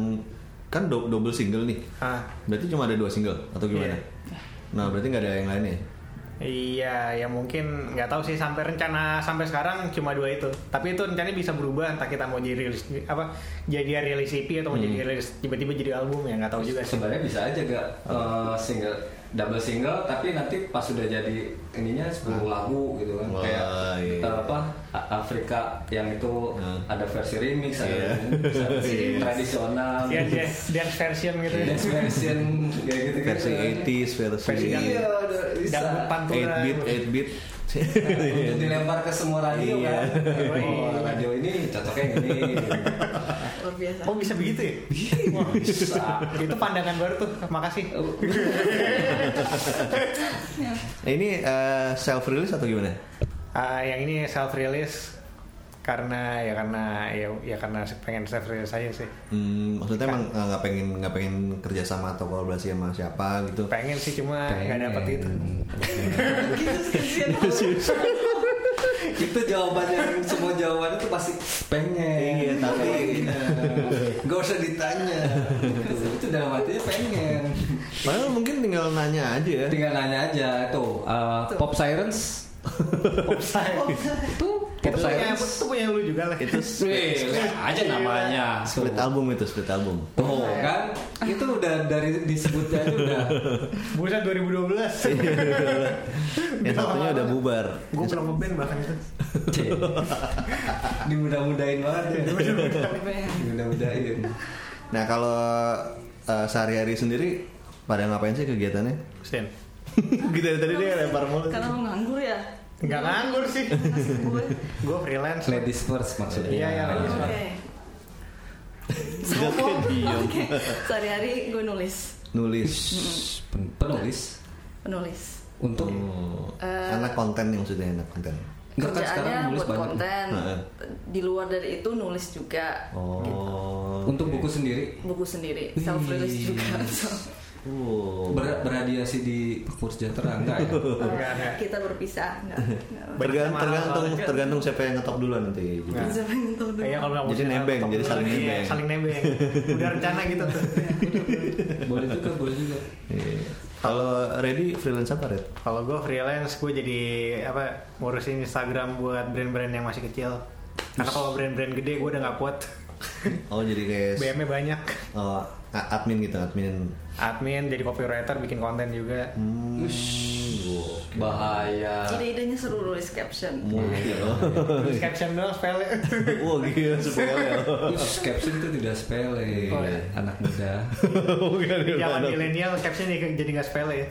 [SPEAKER 2] kan do- double single nih.
[SPEAKER 4] Ah,
[SPEAKER 2] Berarti cuma ada dua single atau gimana?
[SPEAKER 4] Iya.
[SPEAKER 2] Nah berarti nggak ada yang lainnya.
[SPEAKER 4] Iya, ya mungkin nggak tahu sih sampai rencana sampai sekarang cuma dua itu. Tapi itu rencananya bisa berubah entah kita mau jadi rilis apa jadi rilis EP atau mau jadi rilis tiba-tiba jadi album ya nggak tahu juga sih.
[SPEAKER 3] Sebenarnya bisa aja gak eh, single double single tapi nanti pas sudah jadi ininya 10 lagu gitu kan
[SPEAKER 2] Wah,
[SPEAKER 3] kayak
[SPEAKER 2] iya.
[SPEAKER 3] eh, apa A- Afrika yang itu
[SPEAKER 2] Hmm.
[SPEAKER 3] ada versi remix
[SPEAKER 2] Iya.
[SPEAKER 3] ada bisa versi
[SPEAKER 2] Iya.
[SPEAKER 3] tradisional
[SPEAKER 4] Ya dance, dance version gitu. ya.
[SPEAKER 3] dance version kayak gitu
[SPEAKER 2] Versi 80s, versi
[SPEAKER 4] Versi yang-
[SPEAKER 3] iya udah bisa Iya.
[SPEAKER 4] Dangdut pantura.
[SPEAKER 2] 8 bit, 8 bit.
[SPEAKER 3] Untuk dilempar ke semua radio
[SPEAKER 2] Iya.
[SPEAKER 3] kan oh, radio ini cocoknya yang ini
[SPEAKER 5] luar biasa
[SPEAKER 4] Oh bisa begitu ya? Wah, itu pandangan baru tuh. Makasih.
[SPEAKER 2] Nah, ini self release atau gimana?
[SPEAKER 4] Ah, yang ini self release karena ya karena ya, ya karena pengen self release aja sih.
[SPEAKER 2] Hmm, maksudnya emang
[SPEAKER 3] Kan.
[SPEAKER 2] eh, nggak pengen nggak pengen kerja sama atau kolaborasi sama siapa gitu?
[SPEAKER 4] Pengen sih cuma nggak dapet itu.
[SPEAKER 5] Gitu,
[SPEAKER 3] itu jawabannya semua jawaban itu pasti pengen
[SPEAKER 2] Iya, tapi-
[SPEAKER 3] gak usah ditanya Gitu. itu dalam artinya pengen
[SPEAKER 2] Padahal mungkin tinggal nanya aja ya.
[SPEAKER 3] tinggal nanya aja tuh uh, pop sirens
[SPEAKER 4] Iya,
[SPEAKER 3] tuh pop
[SPEAKER 4] Itu punya,
[SPEAKER 3] sirens
[SPEAKER 4] itu punya lu juga lah.
[SPEAKER 2] Itu
[SPEAKER 3] Wih,
[SPEAKER 2] split,
[SPEAKER 3] lihat aja namanya
[SPEAKER 2] split album itu split album.
[SPEAKER 3] tuh kan itu udah dari disebutnya aja udah
[SPEAKER 4] Buset 2012.
[SPEAKER 2] Yang satunya udah bubar.
[SPEAKER 4] Gue belum ngeband bahkan itu.
[SPEAKER 3] Cih. dimudah-mudahin banget ya dimudah-mudahin
[SPEAKER 2] Nah kalau eh, sehari-hari sendiri pada ngapain sih kegiatannya?
[SPEAKER 4] Sten.
[SPEAKER 2] gitu dari tadi dia lempar mulu.
[SPEAKER 5] karena lu nganggur ya
[SPEAKER 4] Nggak nganggur sih.
[SPEAKER 5] Kasih gue
[SPEAKER 4] Gue freelance.
[SPEAKER 3] ladies first maksudnya
[SPEAKER 4] Iya, iya, ladies first.
[SPEAKER 5] oke
[SPEAKER 2] Jatuh diam.
[SPEAKER 5] Oke. sehari-hari gue nulis
[SPEAKER 2] Nulis.
[SPEAKER 3] Pen- penulis
[SPEAKER 5] penulis
[SPEAKER 3] untuk
[SPEAKER 2] Oh, anak konten yang sudah anak konten.
[SPEAKER 3] Enggak kan sekarang
[SPEAKER 5] kerjaannya
[SPEAKER 3] nulis
[SPEAKER 5] buat
[SPEAKER 3] banyak. Nah, eh.
[SPEAKER 5] konten
[SPEAKER 2] Heeh.
[SPEAKER 5] di luar dari itu nulis juga
[SPEAKER 2] Oh.
[SPEAKER 3] untuk buku sendiri
[SPEAKER 5] buku sendiri self release
[SPEAKER 3] Wih.
[SPEAKER 5] juga So,
[SPEAKER 2] Oh.
[SPEAKER 3] Ber berhadiah sih di Kurs Sejahtera enggak ya?
[SPEAKER 4] Nggak ada.
[SPEAKER 5] kita berpisah nggak nggak.
[SPEAKER 2] Tergan-
[SPEAKER 4] Banyak
[SPEAKER 2] tergantung
[SPEAKER 4] masalah.
[SPEAKER 2] tergantung siapa yang ngetop duluan nanti juga.
[SPEAKER 5] Siapa yang tahu dulu?
[SPEAKER 4] Iya, kalau nggak
[SPEAKER 2] Jadi
[SPEAKER 4] mau-
[SPEAKER 2] nebeng, jadi saling
[SPEAKER 4] Iya,
[SPEAKER 2] nebeng.
[SPEAKER 4] saling nebeng. Udah rencana gitu tuh.
[SPEAKER 3] boleh juga, boleh juga.
[SPEAKER 2] Iya. Kalau ready freelance apa red?
[SPEAKER 4] Kalau gue freelance, gue jadi apa ngurusin Instagram buat brand-brand yang masih kecil. Karena kalau brand-brand gede gue udah nggak kuat.
[SPEAKER 2] Oh jadi kayak
[SPEAKER 4] BM-nya banyak.
[SPEAKER 2] oh, a- admin gitu admin.
[SPEAKER 4] Admin, jadi copywriter, bikin konten juga.
[SPEAKER 2] Hmm.
[SPEAKER 3] Bahaya.
[SPEAKER 5] ide-idenya seru nulis caption
[SPEAKER 4] Terus caption doang spell
[SPEAKER 2] oh.
[SPEAKER 4] ya.
[SPEAKER 2] Wah gila sepele.
[SPEAKER 3] Terus caption itu tidak sepele
[SPEAKER 2] Oh, iya.
[SPEAKER 3] anak muda.
[SPEAKER 2] Bukan
[SPEAKER 4] Zaman milenial caption jadi jadi nggak spell ya.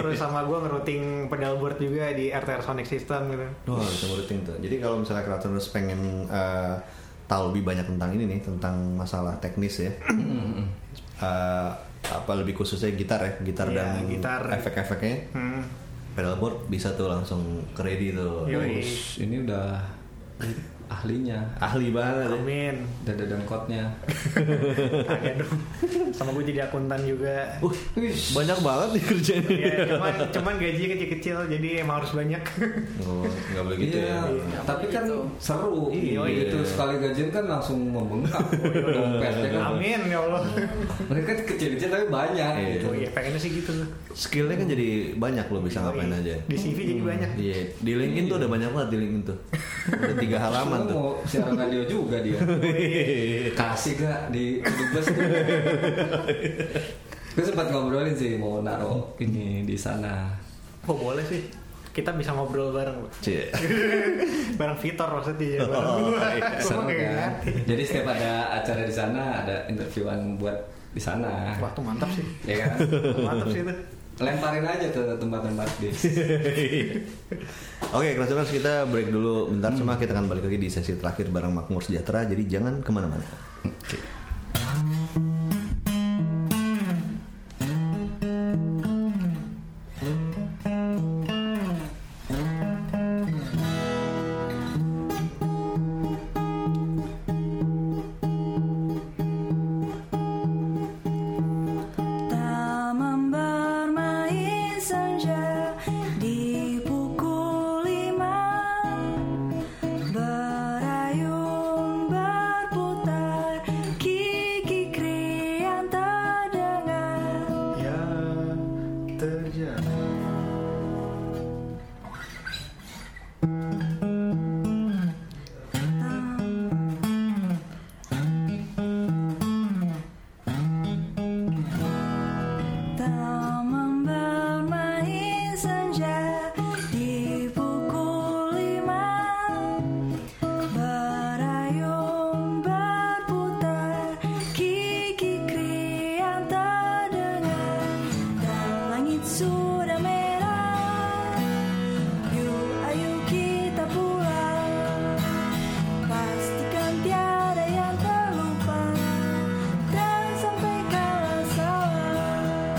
[SPEAKER 4] Terus sama gue ngerouting pedal board juga di RTR Sonic System gitu.
[SPEAKER 2] Wah, bisa ngurutin tuh. Jadi kalau misalnya kreatorus pengen eh, tahu lebih banyak tentang ini nih, tentang masalah teknis ya. Eh, apa lebih khususnya gitar ya, gitar
[SPEAKER 4] Iya,
[SPEAKER 2] dan
[SPEAKER 4] gitar.
[SPEAKER 2] efek-efeknya.
[SPEAKER 4] Hmm.
[SPEAKER 2] Iya. Pedalboard bisa tuh langsung ke ready tuh.
[SPEAKER 4] Yoi.
[SPEAKER 3] Terus ini udah ahlinya
[SPEAKER 2] ahli banget ya.
[SPEAKER 4] Amin.
[SPEAKER 3] dada dengkotnya
[SPEAKER 4] Kagak dong. Sama gue jadi akuntan juga.
[SPEAKER 2] Uh, banyak banget nih kerjanya.
[SPEAKER 4] Iya, cuman cuman gajinya kecil-kecil jadi emang harus banyak.
[SPEAKER 2] Oh, nggak boleh gitu
[SPEAKER 3] iya,
[SPEAKER 2] ya.
[SPEAKER 3] tapi kan seru
[SPEAKER 2] Iya.
[SPEAKER 3] gitu sekali gajian kan langsung membengkak dompetnya kan
[SPEAKER 4] Amin ya Allah.
[SPEAKER 3] mereka kecil-kecil tapi banyak
[SPEAKER 2] Iya.
[SPEAKER 3] gitu
[SPEAKER 4] Oh iya, pengennya sih gitu. tuh.
[SPEAKER 2] Skillnya kan jadi banyak lo bisa ngapain aja.
[SPEAKER 4] Iya. Di CV jadi banyak.
[SPEAKER 2] Iya, di LinkedIn tuh ada banyak banget di LinkedIn tuh. Ada tiga halaman tuh.
[SPEAKER 3] Terus
[SPEAKER 2] Iya,
[SPEAKER 3] mau siaran radio juga dia kasih gak di dubes gue sempat ngobrolin sih mau naro ini di sana
[SPEAKER 4] Oh boleh sih. Kita bisa ngobrol bareng.
[SPEAKER 2] Cie.
[SPEAKER 4] bareng Vitor maksudnya. Bareng gua.
[SPEAKER 2] Eh,
[SPEAKER 3] seru
[SPEAKER 4] Gua kayak gitu.
[SPEAKER 3] kan
[SPEAKER 4] ngerti.
[SPEAKER 3] jadi setiap ada acara di sana ada interviewan buat di sana
[SPEAKER 4] Wah tuh mantap sih.
[SPEAKER 3] ya kan
[SPEAKER 4] Mantap sih itu.
[SPEAKER 3] lemparin aja ke tempat-tempat di
[SPEAKER 2] Oke, Krasuners kita break dulu
[SPEAKER 4] Hmm.
[SPEAKER 2] bentar cuma kita akan balik lagi di sesi terakhir bareng Makmur Sejahtera. Jadi jangan kemana-mana.
[SPEAKER 5] Taman bermain senja di pukul lima Berayun berputar Kiki krian terdengar
[SPEAKER 4] Ya terjadi.
[SPEAKER 5] Taman bermain senja di pukul lima Berayun berputar Kiki krian terdengar Dan langit sudah merah Yuk ayo kita pulang Pastikan tiada yang terlupa Dan sampai kalah salah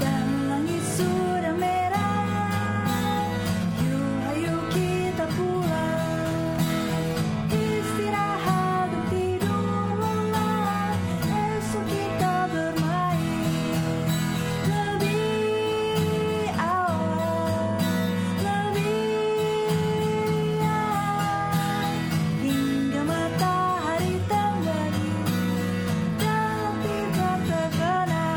[SPEAKER 5] Dan langit sudah merah Yuk ayo kita pulang Istirahat dan tidur lelah Esok kita bermain Lebih awal Lebih awal Hingga matahari terbenam Dan tiba terbenam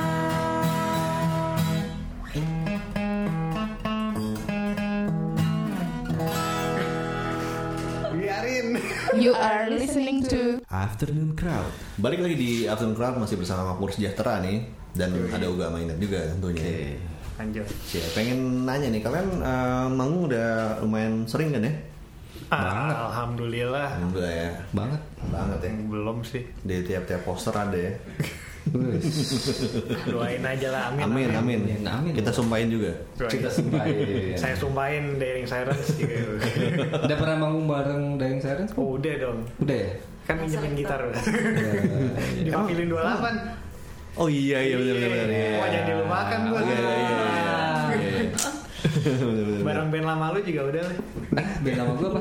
[SPEAKER 4] Biarin.
[SPEAKER 5] You are listening to
[SPEAKER 2] Afternoon Crowd. Balik lagi di Afternoon Crowd masih bersama Makmur Sejahtera nih dan
[SPEAKER 4] Iya.
[SPEAKER 2] ada Uga mainan juga tentunya.
[SPEAKER 4] Anjir.
[SPEAKER 2] Cie, pengen nanya nih kalian eh, Mangung udah lumayan sering kan ya?
[SPEAKER 4] Alhamdulillah.
[SPEAKER 2] Alhamdulillah ya.
[SPEAKER 3] banget
[SPEAKER 2] Banget ya.
[SPEAKER 4] Belum sih.
[SPEAKER 2] Di tiap-tiap poster ada ya.
[SPEAKER 4] Doain aja lah. Amin.
[SPEAKER 2] Amin, amin.
[SPEAKER 3] Amin, amin.
[SPEAKER 2] Kita sumpahin juga.
[SPEAKER 4] Doain.
[SPEAKER 3] kita sembahin
[SPEAKER 4] Saya sumpahin Daring Sirens gitu.
[SPEAKER 3] udah pernah manggung bareng Dying Sirens Bu?
[SPEAKER 4] oh, udah dong.
[SPEAKER 3] udah ya
[SPEAKER 4] Kan minjemin gitar. Di Pavilion 28.
[SPEAKER 2] Oh iya iya benar benar.
[SPEAKER 4] Iya, wah, jangan dilupakan gua.
[SPEAKER 2] Iya iya iya. iya. Iya. Bener, bener, bener.
[SPEAKER 4] Barang band lama lu juga udah lah.
[SPEAKER 3] Nah, band nama gue apa?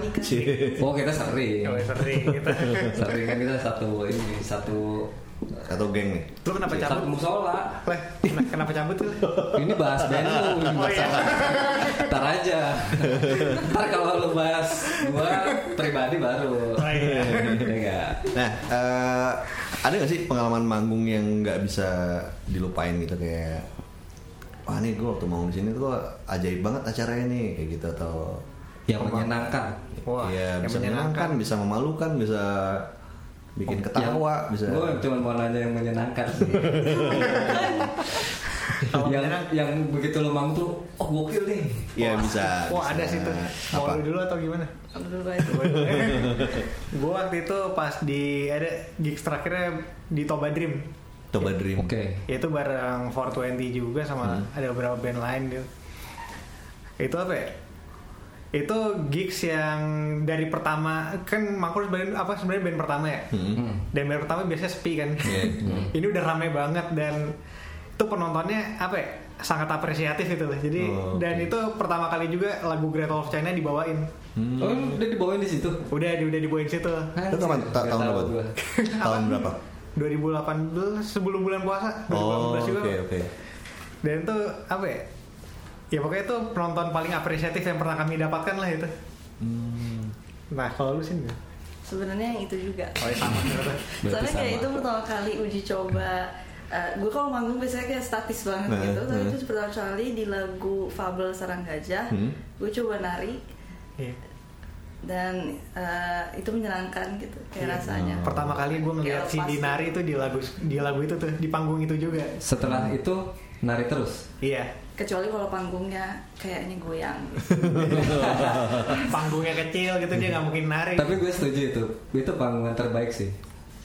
[SPEAKER 3] oh kita sering
[SPEAKER 2] Iya.
[SPEAKER 4] Kalau sering gitu.
[SPEAKER 3] sering kan kita satu ini satu
[SPEAKER 2] Atau geng nih.
[SPEAKER 4] Lu kenapa cabut?
[SPEAKER 3] satu musola
[SPEAKER 4] Leh, ken- kenapa cabut tuh?
[SPEAKER 3] ini bahas band lu ini
[SPEAKER 4] Oh, iya.
[SPEAKER 3] masalah. ntar aja ntar kalau lu bahas gua pribadi baru
[SPEAKER 4] Oh, iya.
[SPEAKER 3] Ya nggak?
[SPEAKER 2] Nah, eh, ada gak sih pengalaman manggung yang nggak bisa dilupain gitu kayak Wah ini gue waktu manggung di sini tuh kok ajaib banget acaranya nih kayak gitu atau
[SPEAKER 3] yang menyenangkan
[SPEAKER 4] Wah, yang
[SPEAKER 2] Iya, bisa menyenangkan, bisa memalukan, bisa bikin iya. ketawa, bisa
[SPEAKER 3] gue cuma mau nanya yang menyenangkan sih.
[SPEAKER 4] Kalau
[SPEAKER 3] yang
[SPEAKER 4] beneran-
[SPEAKER 3] yang begitu lo manggung tuh oh gokil nih
[SPEAKER 2] Iya bisa.
[SPEAKER 4] Wah
[SPEAKER 2] bisa.
[SPEAKER 4] ada sih tuh. Mau
[SPEAKER 2] Apa?
[SPEAKER 4] lu dulu atau gimana?
[SPEAKER 5] Menurut gue itu.
[SPEAKER 4] gue waktu itu pas di ada gigs terakhirnya di Toba Dream.
[SPEAKER 2] Toba Dream.
[SPEAKER 3] oke
[SPEAKER 4] Ya Itu bareng 420 juga
[SPEAKER 2] Hmm.
[SPEAKER 4] sama ada beberapa band lain gitu. Itu apa ya? Itu gigs yang dari pertama kan Mangkur sebenarnya apa sebenarnya band pertama ya.
[SPEAKER 2] Hmm.
[SPEAKER 4] Dan band pertama biasanya sepi kan.
[SPEAKER 2] Iya.
[SPEAKER 4] Ini udah ramai banget dan itu penontonnya apa ya? sangat apresiatif itu loh. Jadi
[SPEAKER 2] Oh,
[SPEAKER 4] dan itu pertama kali juga lagu Great Wall of China dibawain.
[SPEAKER 3] oh udah dibawain di situ
[SPEAKER 4] Udah, udah dibawain situ.
[SPEAKER 2] Itu kapan? Ta- tahun
[SPEAKER 3] Kan Nggak tahu
[SPEAKER 2] berapa? tuh?
[SPEAKER 3] gua.
[SPEAKER 2] tahun berapa?
[SPEAKER 4] 2018 sebelum bulan puasa. 2018
[SPEAKER 2] Oh, oke
[SPEAKER 4] juga.
[SPEAKER 2] oke.
[SPEAKER 4] Dan itu apa ya? Ya pokoknya itu penonton paling apresiatif yang pernah kami dapatkan lah itu.
[SPEAKER 3] Hmm.
[SPEAKER 4] Nah kalau lu sih nggak?
[SPEAKER 5] Sebenarnya yang itu juga.
[SPEAKER 4] Oh ya sama ternyata.
[SPEAKER 5] Soalnya kayak
[SPEAKER 3] sama.
[SPEAKER 5] itu pertama kali uji coba gue kalau manggung biasanya kayak statis banget
[SPEAKER 2] Nah,
[SPEAKER 5] gitu Tapi
[SPEAKER 2] nah.
[SPEAKER 5] itu pertama kali di lagu Fabel Sarang Gajah
[SPEAKER 2] Hmm.
[SPEAKER 5] Gue coba nari
[SPEAKER 4] Iya.
[SPEAKER 5] Dan eh, itu menyenangkan gitu kayak
[SPEAKER 4] Iya.
[SPEAKER 5] rasanya
[SPEAKER 4] Pertama kali gue
[SPEAKER 5] Kayak
[SPEAKER 4] ngeliat si
[SPEAKER 5] lepas
[SPEAKER 4] Dinari itu di lagu di lagu itu tuh di panggung itu juga.
[SPEAKER 3] setelah
[SPEAKER 2] Hmm.
[SPEAKER 3] itu nari terus
[SPEAKER 4] Iya.
[SPEAKER 5] Kecuali kalau panggungnya kayaknya goyang gitu.
[SPEAKER 4] Panggungnya kecil gitu dia nggak mungkin nari.
[SPEAKER 3] tapi gue setuju itu itu panggungan terbaik sih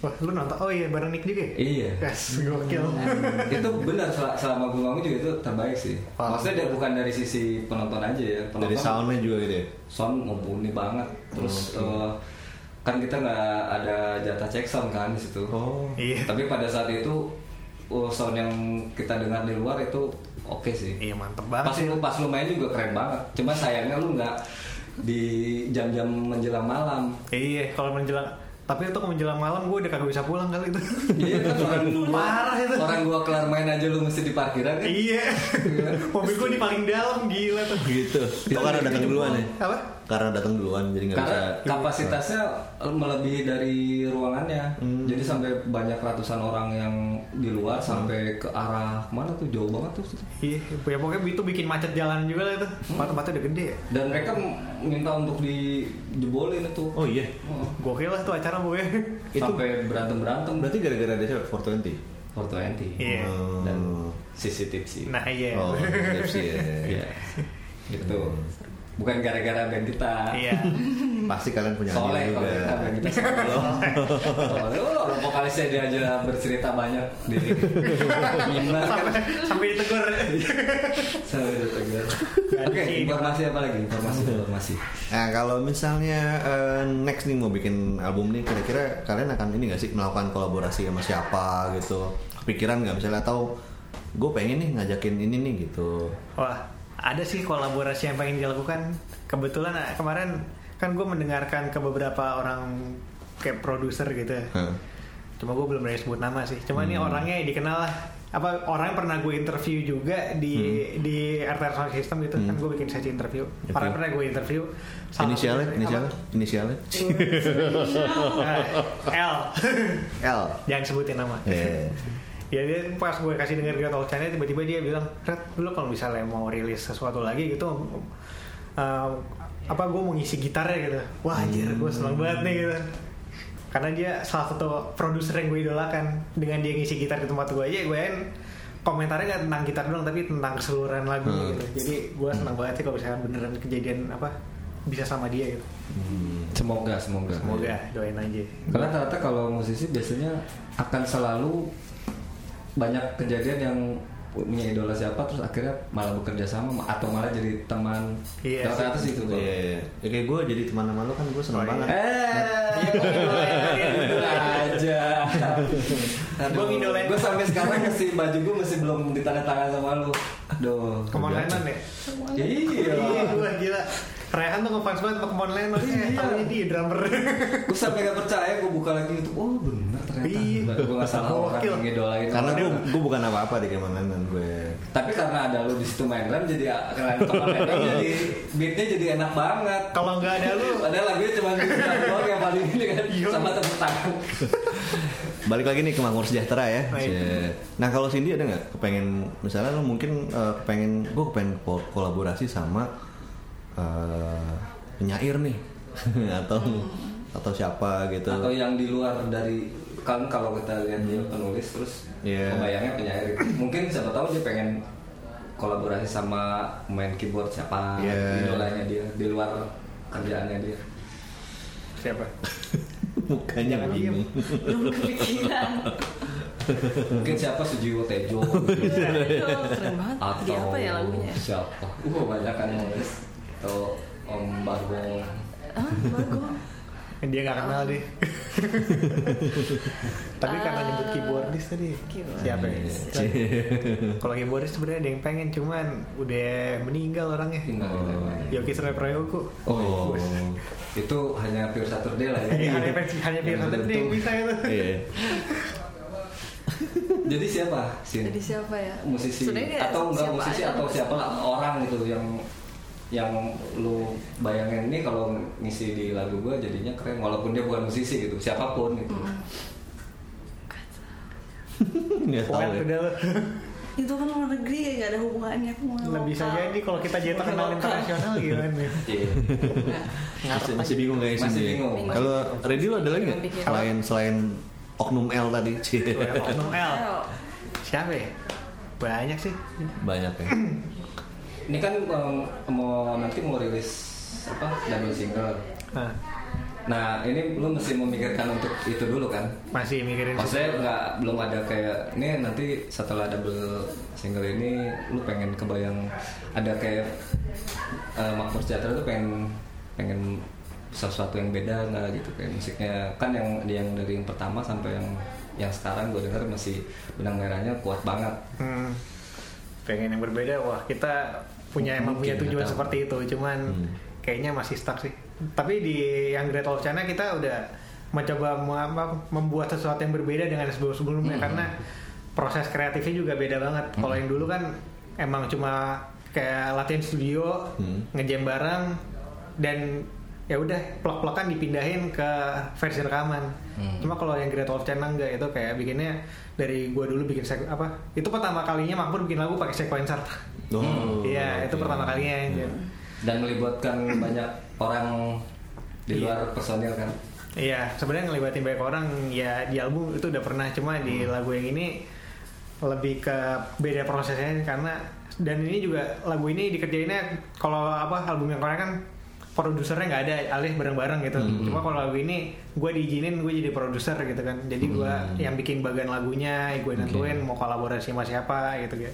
[SPEAKER 4] Wah lu nonton? Oh iya bareng Nick juga. ya?
[SPEAKER 3] Iya.
[SPEAKER 4] Yes, gokil.
[SPEAKER 3] itu benar sel- selama gue manggung juga itu terbaik sih
[SPEAKER 4] Wah.
[SPEAKER 3] maksudnya dia bukan dari sisi penonton aja ya penonton
[SPEAKER 2] Dari soundnya juga gitu ya.
[SPEAKER 3] sound mumpuni banget terus eh, kan kita nggak ada jatah cek sound kan di situ
[SPEAKER 2] Oh.
[SPEAKER 4] Iya.
[SPEAKER 3] tapi pada saat itu oh, sound yang kita dengar di luar itu oke sih
[SPEAKER 4] Iya mantep
[SPEAKER 3] pas
[SPEAKER 4] banget. sih.
[SPEAKER 3] lu pas lu main juga keren banget cuma sayangnya lu nggak di jam-jam menjelang malam
[SPEAKER 4] Iya, kalau menjelang tapi itu kalau menjelang malam gue udah kagak bisa pulang kali itu.
[SPEAKER 3] Iya kan orang gua,
[SPEAKER 4] Parah itu.
[SPEAKER 3] orang gua kelar main aja lu mesti di parkiran kan?
[SPEAKER 4] iya. Mobil gue di paling dalam gila tuh.
[SPEAKER 2] Gitu. Oh, karena datang duluan ya.
[SPEAKER 4] Apa?
[SPEAKER 2] Karena datang duluan jadi nggak bisa.
[SPEAKER 3] Iya, Karena kapasitasnya melebihi dari ruangannya,
[SPEAKER 4] Hmm.
[SPEAKER 3] jadi sampai banyak ratusan orang yang di luar sampai ke arah mana tuh jauh banget tuh.
[SPEAKER 4] Iya, ya pokoknya itu bikin macet jalan juga lah itu. Tempat-tempatnya udah gede ya.
[SPEAKER 3] Dan mereka minta untuk dijebolin itu,
[SPEAKER 2] Oh iya.
[SPEAKER 3] Oh,
[SPEAKER 4] Gokil lah tuh acara gue.
[SPEAKER 2] Itu-
[SPEAKER 3] sampai berantem berantem.
[SPEAKER 2] Berarti gara-gara dia siapa? 420.
[SPEAKER 3] Foto
[SPEAKER 4] Iya.
[SPEAKER 3] dan CCTV sih.
[SPEAKER 4] Nah, iya.
[SPEAKER 2] Oh, sih ya.
[SPEAKER 3] Iya. gitu. Bukan gara-gara band kita.
[SPEAKER 4] Iya.
[SPEAKER 2] Pasti kalian punya
[SPEAKER 3] Soleh
[SPEAKER 2] andil
[SPEAKER 3] kalau
[SPEAKER 2] juga.
[SPEAKER 3] kita band kita. Soleh. Soleh. Oh, vokalisnya dia aja bercerita banyak di Mimbar kan.
[SPEAKER 4] sampai sampai ditegur.
[SPEAKER 3] Sampai ditegur.
[SPEAKER 4] Gak
[SPEAKER 3] Oke,
[SPEAKER 4] sih.
[SPEAKER 3] informasi apa lagi? Informasi informasi.
[SPEAKER 2] Nah kalau misalnya eh, next nih mau bikin album nih kira-kira kalian akan ini gak sih melakukan kolaborasi sama siapa gitu pikiran nggak misalnya atau gue pengen nih ngajakin ini nih gitu
[SPEAKER 4] Wah, ada sih kolaborasi yang pengen dilakukan. Kebetulan eh, kemarin kan gue mendengarkan ke beberapa orang kayak produser gitu.
[SPEAKER 2] Hah.
[SPEAKER 4] Cuma gue belum berani sebut nama sih. Cuma ini
[SPEAKER 2] Hmm.
[SPEAKER 4] orangnya dikenal lah. Apa orang yang pernah gue interview juga di
[SPEAKER 2] Hmm.
[SPEAKER 4] di RTR Sound System gitu kan gue bikin sesi interview.
[SPEAKER 2] Interview.
[SPEAKER 4] Orang yang pernah gue interview. Salah
[SPEAKER 2] inisialnya
[SPEAKER 4] satu-
[SPEAKER 2] inisialnya inisialnya
[SPEAKER 4] apa? Eh, L.
[SPEAKER 2] L
[SPEAKER 4] Jangan sebutin nama.
[SPEAKER 2] Eh,
[SPEAKER 4] Ya dia pas gue kasih denger Great Old China tiba-tiba dia bilang, Red, lu kalau misalnya mau rilis sesuatu lagi gitu, eh, apa gue mau ngisi gitarnya gitu. Wah anjir, gue seneng banget nih gitu. Karena dia salah satu produser yang gue idolakan. Dengan dia ngisi gitar di tempat gue aja, gue kan komentarnya nggak tentang gitar doang, tapi tentang keseluruhan lagu
[SPEAKER 2] Hmm.
[SPEAKER 4] gitu. Jadi gue seneng banget sih kalau misalnya beneran kejadian apa bisa sama dia gitu.
[SPEAKER 2] Iya. Hmm.
[SPEAKER 3] Semoga, semoga.
[SPEAKER 4] Semoga doain aja.
[SPEAKER 3] Karena ternyata kalau musisi biasanya akan selalu banyak kejadian yang punya idola siapa terus akhirnya malah bekerja sama atau malah jadi teman.
[SPEAKER 4] Iya
[SPEAKER 3] Rata-rata sih itu. Bang.
[SPEAKER 2] Iya, iya. Ya, kayak gue jadi teman sama lo kan gue
[SPEAKER 4] Oh, iya.
[SPEAKER 2] seneng banget
[SPEAKER 3] Eh, gitu Eh! aja.
[SPEAKER 4] Gua ngidolain.
[SPEAKER 3] Gue sampai sekarang ngasih baju gue masih belum ditanda tangan sama lu. Aduh.
[SPEAKER 4] Kemon Lennon ya?
[SPEAKER 3] Iya.
[SPEAKER 4] Iya, gua gila. Rehan tuh ngefans banget sama Kemon Lennon. Eh, tahunya dia drummer.
[SPEAKER 3] Gue sampai gak percaya gue buka lagi YouTube. Oh bener ternyata.
[SPEAKER 4] Iya.
[SPEAKER 3] Gue gak salah orang
[SPEAKER 4] Gokil.
[SPEAKER 3] yang ngidolain.
[SPEAKER 2] karena
[SPEAKER 3] orang.
[SPEAKER 2] gue gue bukan apa-apa di kemana gue
[SPEAKER 3] Tapi karena ada lu di situ main drum jadi keren kemarin jadi beatnya jadi enak banget.
[SPEAKER 4] Kalau nggak ada lu, Iya.
[SPEAKER 3] Padahal lagunya cuma di doang yang paling ini kan sama tepuk tangan.
[SPEAKER 2] balik lagi nih ke makmur sejahtera ya
[SPEAKER 4] Baik.
[SPEAKER 2] Cie. nah kalau Cindy ada nggak kepengen misalnya lo mungkin eh, pengen gue pengen ko- kolaborasi sama eh, penyair nih atau atau siapa gitu
[SPEAKER 3] Atau yang di luar dari kan kalau kita lihat dia penulis terus
[SPEAKER 2] Iya.
[SPEAKER 3] kebayangnya penyair. Mungkin siapa tahu dia pengen kolaborasi sama main keyboard siapa
[SPEAKER 2] Iya.
[SPEAKER 3] idolanya dia di luar kerjaannya dia
[SPEAKER 4] Siapa?
[SPEAKER 2] mukanya
[SPEAKER 4] Jangan diem.
[SPEAKER 2] bingung
[SPEAKER 5] belum kepikiran
[SPEAKER 3] mungkin siapa Sujiwo Tejo gitu.
[SPEAKER 5] keren banget di
[SPEAKER 3] atau
[SPEAKER 5] apa ya lagunya
[SPEAKER 3] siapa uh banyak kan yang nulis atau Om Bagong
[SPEAKER 5] ah lagu
[SPEAKER 4] Dia nggak kenal deh. Tapi karena nyebut keyboardis tadi.
[SPEAKER 5] Keyboardis.
[SPEAKER 4] Siapa ya? Kalau keyboardis sebenarnya ada yang pengen, cuman udah meninggal orangnya.
[SPEAKER 2] Oh,
[SPEAKER 3] Innalillahi.
[SPEAKER 2] iya.
[SPEAKER 4] Yogi Sore Prayogo.
[SPEAKER 3] Oh, itu hanya pure Saturday lah ya.
[SPEAKER 4] Iya, Hanya hanya Pirsa tadi yang bisa itu.
[SPEAKER 2] Iya.
[SPEAKER 3] Jadi siapa? Sin?
[SPEAKER 5] jadi siapa ya
[SPEAKER 3] musisi
[SPEAKER 5] Sebenarnya nggak
[SPEAKER 3] atau enggak
[SPEAKER 5] siapa
[SPEAKER 3] musisi
[SPEAKER 5] aja,
[SPEAKER 3] atau
[SPEAKER 5] tapi-
[SPEAKER 3] siapa lah orang gitu yang yang lu bayangin ini kalau ngisi di lagu gua jadinya keren walaupun dia bukan musisi gitu siapapun gitu
[SPEAKER 2] Nggak tahu
[SPEAKER 4] Pokoknya
[SPEAKER 2] ya.
[SPEAKER 4] udah lu.
[SPEAKER 5] itu kan luar negeri ya nggak ada hubungannya aku mau
[SPEAKER 4] Nggak Nah, bisa
[SPEAKER 5] lokal.
[SPEAKER 4] jadi kalau kita jadi terkenal internasional gimana. ya?
[SPEAKER 3] Iya.
[SPEAKER 2] Masih, masih bingung guys
[SPEAKER 3] Masih
[SPEAKER 2] ini.
[SPEAKER 3] bingung.
[SPEAKER 2] Kalau Reddy lo ada lagi nggak
[SPEAKER 5] Bingung.
[SPEAKER 2] selain selain Oknum L tadi? Iya. Cie.
[SPEAKER 4] Oknum L.
[SPEAKER 5] Ayo.
[SPEAKER 4] Siapa ya? Banyak sih.
[SPEAKER 2] Banyak ya.
[SPEAKER 3] ini kan um, mau nanti mau rilis apa double single
[SPEAKER 4] Nah,
[SPEAKER 3] nah ini lu mesti memikirkan untuk itu dulu kan
[SPEAKER 4] masih mikirin sih.
[SPEAKER 3] Maksudnya nggak belum ada kayak ini nanti setelah double single ini lu pengen kebayang ada kayak uh, Makmur Sejahtera tuh pengen pengen sesuatu yang beda nggak gitu kayak musiknya kan yang yang dari yang pertama sampai yang yang sekarang gue denger masih benang merahnya kuat banget
[SPEAKER 4] Hmm. Pengen yang berbeda, wah kita punya emang punya
[SPEAKER 3] Mungkin,
[SPEAKER 4] tujuan
[SPEAKER 3] nggak tahu. Hmm.
[SPEAKER 4] seperti itu, cuman kayaknya masih stuck sih. Tapi di yang Great Wall of China kita udah mencoba me- apa, membuat sesuatu yang berbeda dengan sebelum sebelumnya
[SPEAKER 3] Hmm.
[SPEAKER 4] karena proses kreatifnya juga beda banget. Kalau yang dulu kan emang cuma kayak latihan studio,
[SPEAKER 2] Hmm.
[SPEAKER 4] ngejam bareng dan ya udah plek-plekan dipindahin ke versi rekaman.
[SPEAKER 3] Hmm.
[SPEAKER 4] Cuma kalau yang Great Wall of China enggak itu kayak bikinnya dari gua dulu bikin sek- apa? Itu pertama kalinya Makmur bikin lagu pakai sequencer.
[SPEAKER 2] Oh,
[SPEAKER 4] Iya, itu
[SPEAKER 2] oke.
[SPEAKER 4] pertama kalinya. Iya,
[SPEAKER 3] dan melibatkan banyak orang di luar personil kan
[SPEAKER 4] Iya, sebenarnya ngelibatin banyak orang ya di album itu udah pernah cuma di lagu yang ini lebih ke beda prosesnya karena dan ini juga lagu ini dikerjainnya kalau apa album yang kemarin kan produsernya nggak ada alih bareng-bareng gitu cuma kalau lagu ini gue diizinin gue jadi produser gitu kan jadi gue yang bikin bagian lagunya gue nentuin mau kolaborasi sama siapa gitu gitu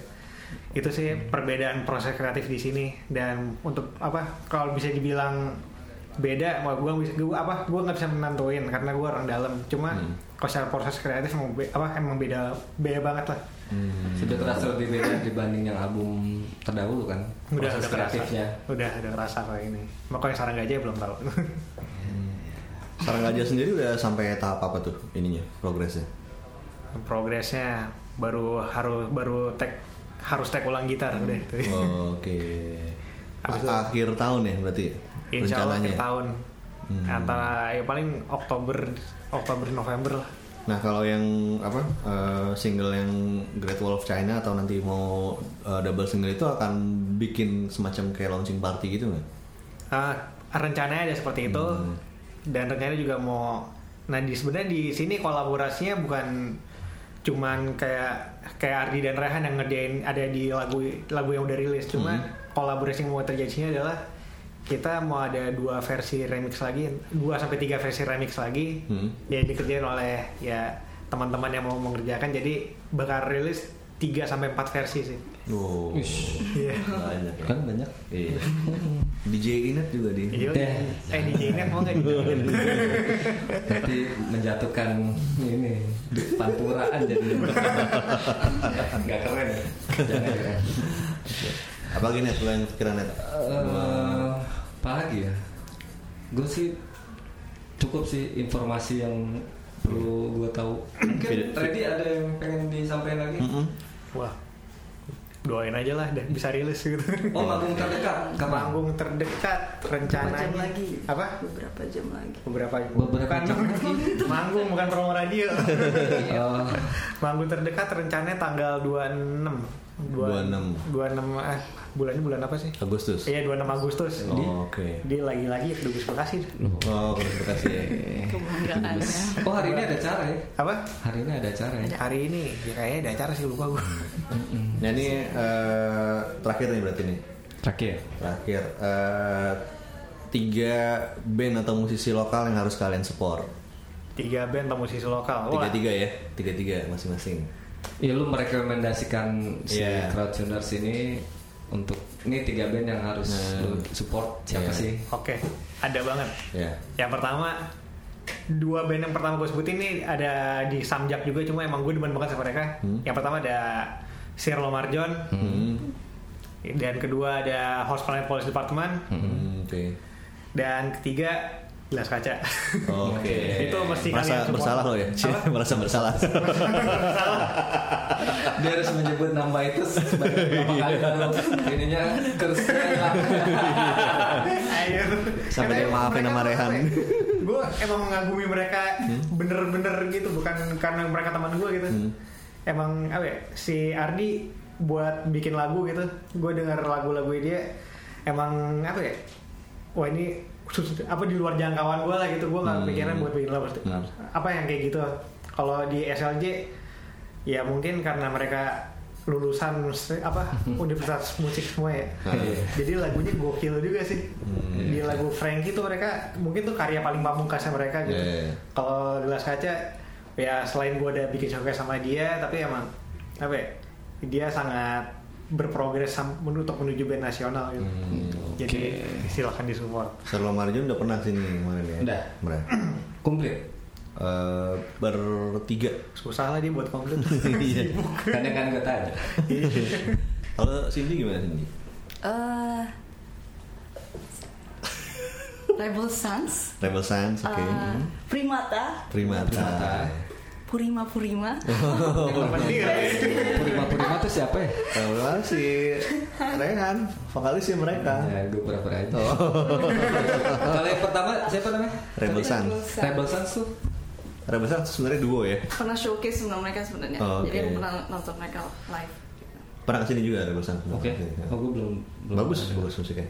[SPEAKER 4] itu sih perbedaan proses kreatif di sini dan untuk apa kalau bisa dibilang beda mau gue apa gue nggak bisa menentuin karena gue orang dalam cuma kalau secara proses kreatif emang be- apa emang beda beda banget lah
[SPEAKER 3] sudah terasa lebih beda dibanding yang album terdahulu kan
[SPEAKER 4] udah
[SPEAKER 3] proses
[SPEAKER 4] udah
[SPEAKER 3] ya.
[SPEAKER 4] kerasa
[SPEAKER 3] kreatifnya
[SPEAKER 4] udah udah kerasa kayak ini makanya sarang gajah belum tahu
[SPEAKER 2] Sarang Gajah sendiri udah sampai tahap apa tuh ininya progresnya?
[SPEAKER 4] progresnya baru harus baru tek harus tek ulang gitar udah itu
[SPEAKER 2] Hmm. Oke.
[SPEAKER 4] Abis itu-
[SPEAKER 2] Akhir tahun ya berarti ya?
[SPEAKER 4] Insya Allah
[SPEAKER 2] rencananya.
[SPEAKER 4] akhir tahun antara ya paling Oktober Oktober November lah
[SPEAKER 2] Nah kalau yang apa eh, single yang Great Wall of China atau nanti mau eh, double single itu akan bikin semacam kayak launching party gitu nggak?
[SPEAKER 4] Ah, rencananya ada seperti itu dan rencananya juga mau nah di sebenarnya di sini kolaborasinya bukan cuman kayak kayak Ardi dan Rehan yang ngerjain ada di lagu lagu yang udah rilis cuman kolaborasi yang mau terjadi sini adalah kita mau ada dua versi remix lagi dua sampai tiga versi remix lagi
[SPEAKER 2] Hmm.
[SPEAKER 4] yang dikerjain oleh ya teman-teman yang mau mengerjakan jadi bakal rilis 3 sampai 4 versi sih.
[SPEAKER 2] Wow.
[SPEAKER 4] Iya.
[SPEAKER 2] Banyak. ya.
[SPEAKER 3] kan banyak
[SPEAKER 2] Iya. DJ Inet juga di.
[SPEAKER 4] Jadi, eh DJ Net mau nggak E?
[SPEAKER 3] nanti menjatuhkan ini panturaan jadi nggak keren ya jangan keren
[SPEAKER 2] Apa gini Net, lo yang pikiran Net?
[SPEAKER 3] Eh, apa lagi ya gue sih cukup sih informasi yang perlu gue tahu mungkin
[SPEAKER 2] Video-
[SPEAKER 3] Freddy ada yang pengen disampaikan lagi
[SPEAKER 2] Mm-mm.
[SPEAKER 4] Wah, doain aja lah dan bisa rilis gitu.
[SPEAKER 3] oh manggung terdekat kapan
[SPEAKER 4] Panggung terdekat rencananya
[SPEAKER 5] jam lagi.
[SPEAKER 4] Nah, apa?
[SPEAKER 5] beberapa jam lagi
[SPEAKER 4] Beberapa
[SPEAKER 3] Beberapa
[SPEAKER 4] bukan
[SPEAKER 3] jam.
[SPEAKER 4] manggung bukan promo radio.
[SPEAKER 3] Oh,
[SPEAKER 4] manggung terdekat rencananya tanggal 26. Dua-
[SPEAKER 2] 26.
[SPEAKER 4] 26 eh bulannya bulan apa sih?
[SPEAKER 2] Agustus.
[SPEAKER 4] Iya 26 Agustus. Di
[SPEAKER 2] Oh, Oke.
[SPEAKER 4] dia lagi-lagi Kedubes Bekasi.
[SPEAKER 2] Oh, konspirasi ya.
[SPEAKER 5] kebanggaan ya.
[SPEAKER 3] Oh hari ini ada acara ya?
[SPEAKER 4] Apa?
[SPEAKER 3] Hari ini ada acara ya?
[SPEAKER 4] Hari ini ya kayaknya ada acara sih lupa gue.
[SPEAKER 2] Nah ini eh, terakhir nih berarti nih.
[SPEAKER 3] Terakhir.
[SPEAKER 2] Terakhir eh, tiga band atau musisi lokal yang harus kalian support.
[SPEAKER 4] Tiga band atau musisi lokal. Wah,
[SPEAKER 2] Tiga tiga ya, tiga tiga masing-masing.
[SPEAKER 3] Ya lu merekomendasikan si
[SPEAKER 2] Iya.
[SPEAKER 3] crowdtuners ini untuk ini tiga band yang harus
[SPEAKER 2] Nah.
[SPEAKER 3] lu support
[SPEAKER 2] Iya.
[SPEAKER 3] siapa sih?
[SPEAKER 4] Oke, ada banget.
[SPEAKER 2] Ya.
[SPEAKER 4] Yang pertama dua band yang pertama gue sebutin nih ada di Samjak juga cuma emang gue demen banget sama mereka.
[SPEAKER 2] Hmm.
[SPEAKER 4] Yang pertama ada Sirlo Marjon
[SPEAKER 2] Hmm.
[SPEAKER 4] dan kedua ada Horse Planet Police Department
[SPEAKER 2] Hmm, Oke.
[SPEAKER 4] dan ketiga Gelas Kaca.
[SPEAKER 2] Oke.
[SPEAKER 4] Itu mesti
[SPEAKER 2] merasa
[SPEAKER 4] kalian support.
[SPEAKER 2] bersalah loh ya. Cie, merasa bersalah.
[SPEAKER 3] Dia harus menyebut nama itu sebanyak berapa kali kalau ininya kursinya hilang.
[SPEAKER 4] Ayo.
[SPEAKER 2] Sampai dia
[SPEAKER 4] Karena
[SPEAKER 2] maafin
[SPEAKER 4] mereka
[SPEAKER 2] sama
[SPEAKER 4] tuh
[SPEAKER 2] Rehan.
[SPEAKER 4] apa ya, Gue emang mengagumi mereka bener-bener gitu, bukan karena mereka teman gue gitu.
[SPEAKER 2] Hmm.
[SPEAKER 4] Emang apa ya, si Ardi buat bikin lagu gitu, gue denger lagu-lagu dia emang apa ya, wah ini sus- apa di luar jangkauan gue lah gitu, gue nggak kepikiran buat bikin lagu
[SPEAKER 2] Hmm.
[SPEAKER 4] apa yang kayak gitu. Kalau di SLJ ya mungkin karena mereka lulusan mus- apa universitas musik semua ya
[SPEAKER 2] Iya.
[SPEAKER 4] jadi lagunya gokil juga sih
[SPEAKER 2] Hmm,
[SPEAKER 4] di lagu Frankie tuh mereka mungkin tuh karya paling pamungkasnya mereka gitu
[SPEAKER 2] Iya, iya.
[SPEAKER 4] kalau gelas kaca ya selain gue ada bikin showcase sama dia tapi emang apa ya, dia sangat berprogres sam- men- untuk menuju band nasional gitu
[SPEAKER 2] Hmm,
[SPEAKER 4] jadi silahkan disupport
[SPEAKER 2] Sherlock Marjun udah pernah sini kemarin ya.
[SPEAKER 3] Udah.
[SPEAKER 2] Pernah.
[SPEAKER 3] Komplit.
[SPEAKER 2] Eh, bertiga.
[SPEAKER 4] susah lah dia buat komplit
[SPEAKER 2] Iya.
[SPEAKER 3] Kadang kan gue tanya.
[SPEAKER 2] Kalau Cindy gimana Cindy?
[SPEAKER 5] Eh, Rebel Sons,
[SPEAKER 2] Rebel Sons, oke.
[SPEAKER 5] eh,
[SPEAKER 2] hmm.
[SPEAKER 5] Primata,
[SPEAKER 2] Primata.
[SPEAKER 5] Purima Purima,
[SPEAKER 3] Oh,
[SPEAKER 2] Iya.
[SPEAKER 4] kan? gitu.
[SPEAKER 3] Purima-purima tuh siapa ya?
[SPEAKER 2] Kalau si Rehan, vokalis ya mereka.
[SPEAKER 4] Iya.
[SPEAKER 3] Ya gue pura-pura aja.
[SPEAKER 2] Oh,
[SPEAKER 3] Kalau yang pertama siapa namanya?
[SPEAKER 2] Rebel Sons.
[SPEAKER 5] Sons.
[SPEAKER 3] Rebel Sons tuh.
[SPEAKER 2] Rebel Sons sebenarnya duo ya.
[SPEAKER 5] pernah showcase sama mereka sebenarnya,
[SPEAKER 2] Oh,
[SPEAKER 5] jadi aku
[SPEAKER 2] oke.
[SPEAKER 5] pernah nonton mereka live.
[SPEAKER 2] Pernah kesini juga Rebel Sons.
[SPEAKER 3] Oke.
[SPEAKER 2] Iya.
[SPEAKER 3] Oh gue belum, belum
[SPEAKER 2] Bagus,
[SPEAKER 3] pernah.
[SPEAKER 2] bagus musiknya.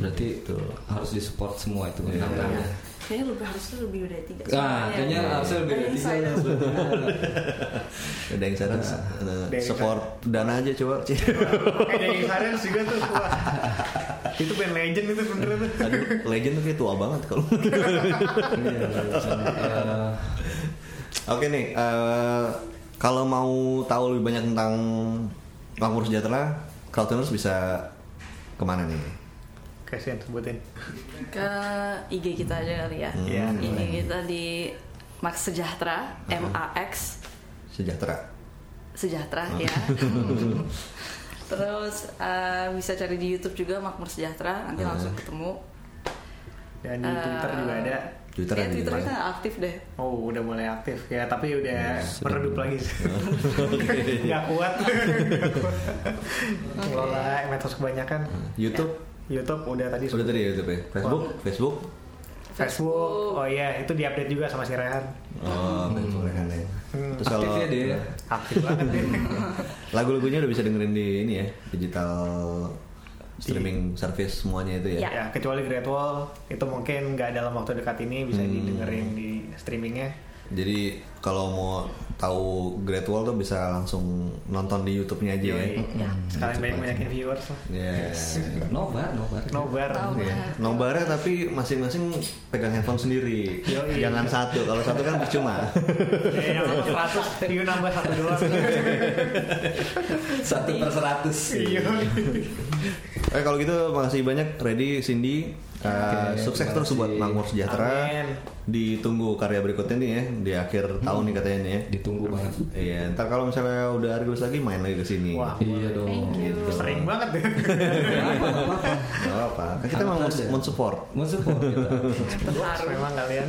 [SPEAKER 3] Berarti itu harus disupport semua itu.
[SPEAKER 2] Iya,
[SPEAKER 3] enam-enamnya.
[SPEAKER 5] Kayaknya lebih harusnya lebih dari tiga.
[SPEAKER 3] Nah,
[SPEAKER 5] soalnya.
[SPEAKER 3] kayaknya harusnya lebih dari tiga.
[SPEAKER 5] Inside.
[SPEAKER 2] Ada yang sana
[SPEAKER 4] Ada yang
[SPEAKER 2] support dana aja coba. Ci.
[SPEAKER 4] kayak dari Sirens juga tuh wah. itu band legend itu beneran tuh
[SPEAKER 2] Aduh, legend tuh kayak tua banget kalau.
[SPEAKER 3] Iya, Rebel Sons. Eh,
[SPEAKER 2] Oke nih, eh, kalau mau tahu lebih banyak tentang Makmur Sejahtera, Crowdtuners bisa kemana nih?
[SPEAKER 4] kasian sebutin
[SPEAKER 5] ke IG kita aja kali ya.
[SPEAKER 4] Iya,
[SPEAKER 5] IG kita di Max Sejahtera, M A X
[SPEAKER 2] Sejahtera.
[SPEAKER 5] Sejahtera ya. Terus eh, bisa cari di YouTube juga Makmur Sejahtera, nanti langsung ketemu.
[SPEAKER 4] dan
[SPEAKER 5] Eh,
[SPEAKER 4] di Twitter juga ada
[SPEAKER 2] Twitter
[SPEAKER 5] ya,
[SPEAKER 2] ada di
[SPEAKER 5] Twitter
[SPEAKER 2] mana?
[SPEAKER 5] kita nggak aktif deh.
[SPEAKER 4] Oh, udah mulai aktif ya, tapi
[SPEAKER 2] Iya,
[SPEAKER 4] udah meredup lagi.
[SPEAKER 2] Oke.
[SPEAKER 4] Nggak kuat. Ngelola medsos kebanyakan.
[SPEAKER 2] YouTube
[SPEAKER 4] YouTube udah tadi
[SPEAKER 2] Hmm. udah tadi ya YouTube ya. Facebook, Facebook.
[SPEAKER 4] Facebook. Oh iya, itu diupdate juga sama si Rehan.
[SPEAKER 2] Oh, Facebook Rehan ya. Terus kalau
[SPEAKER 3] Hmm. Aktifnya dia. ya?
[SPEAKER 4] Aktif banget dia.
[SPEAKER 2] lagu-lagunya udah bisa dengerin di ini ya, digital streaming service semuanya itu ya.
[SPEAKER 5] Ya.
[SPEAKER 4] ya, kecuali Great Wall itu mungkin nggak dalam waktu dekat ini bisa
[SPEAKER 2] Hmm.
[SPEAKER 4] didengerin di streamingnya.
[SPEAKER 2] Jadi kalau mau tahu Great Wall tuh bisa langsung nonton di YouTube-nya aja ya.
[SPEAKER 4] Iya.
[SPEAKER 5] Ya.
[SPEAKER 4] Sekalian banyak-banyakin viewers lah.
[SPEAKER 2] Ya.
[SPEAKER 3] iya. Eh, Nobar, nobar.
[SPEAKER 4] Nobar.
[SPEAKER 5] Tahu.
[SPEAKER 2] Iya. Nomornya tapi masing-masing pegang handphone sendiri.
[SPEAKER 4] Yoi.
[SPEAKER 2] Jangan satu. Kalau satu kan percuma.
[SPEAKER 4] Ya, yang 100 view nambah satu doang.
[SPEAKER 3] Satu per seratus.
[SPEAKER 4] Iya.
[SPEAKER 2] Eh kalau gitu makasih banyak Ready Cindy. Eh,
[SPEAKER 3] Oke,
[SPEAKER 2] sukses
[SPEAKER 3] terima
[SPEAKER 2] terus
[SPEAKER 3] kasih.
[SPEAKER 2] buat Makmur Sejahtera.
[SPEAKER 4] Amin.
[SPEAKER 2] Ditunggu karya berikutnya nih ya di akhir tahun nih katanya nih ya.
[SPEAKER 3] Ditunggu banget.
[SPEAKER 2] Iya, ntar kalau misalnya udah rilis lagi main lagi ke sini.
[SPEAKER 4] Wah,
[SPEAKER 3] Iya dong.
[SPEAKER 5] Thank you.
[SPEAKER 4] sering banget deh.
[SPEAKER 2] Gak apa-apa. Kan kita mau
[SPEAKER 3] Anak-anak.
[SPEAKER 2] mensupport.
[SPEAKER 3] Mensupport kita.
[SPEAKER 4] Memang kalian.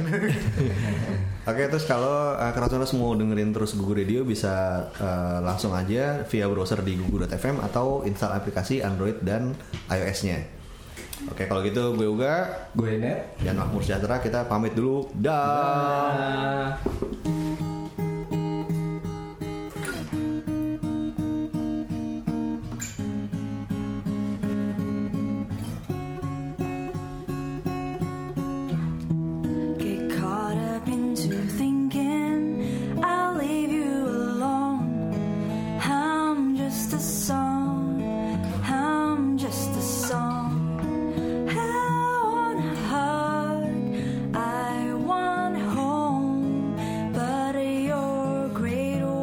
[SPEAKER 2] Oke, terus kalau uh, Kratoners mau dengerin terus Gugu Radio bisa eh, langsung aja via browser di gugu.fm atau install aplikasi Android dan iOS-nya. Oke, kalau gitu gue Uga
[SPEAKER 3] Gue net.
[SPEAKER 2] dan Makmur Sejahtera kita pamit dulu. Dah.
[SPEAKER 3] Ah.
[SPEAKER 1] Terima
[SPEAKER 5] Oh,
[SPEAKER 1] Oh,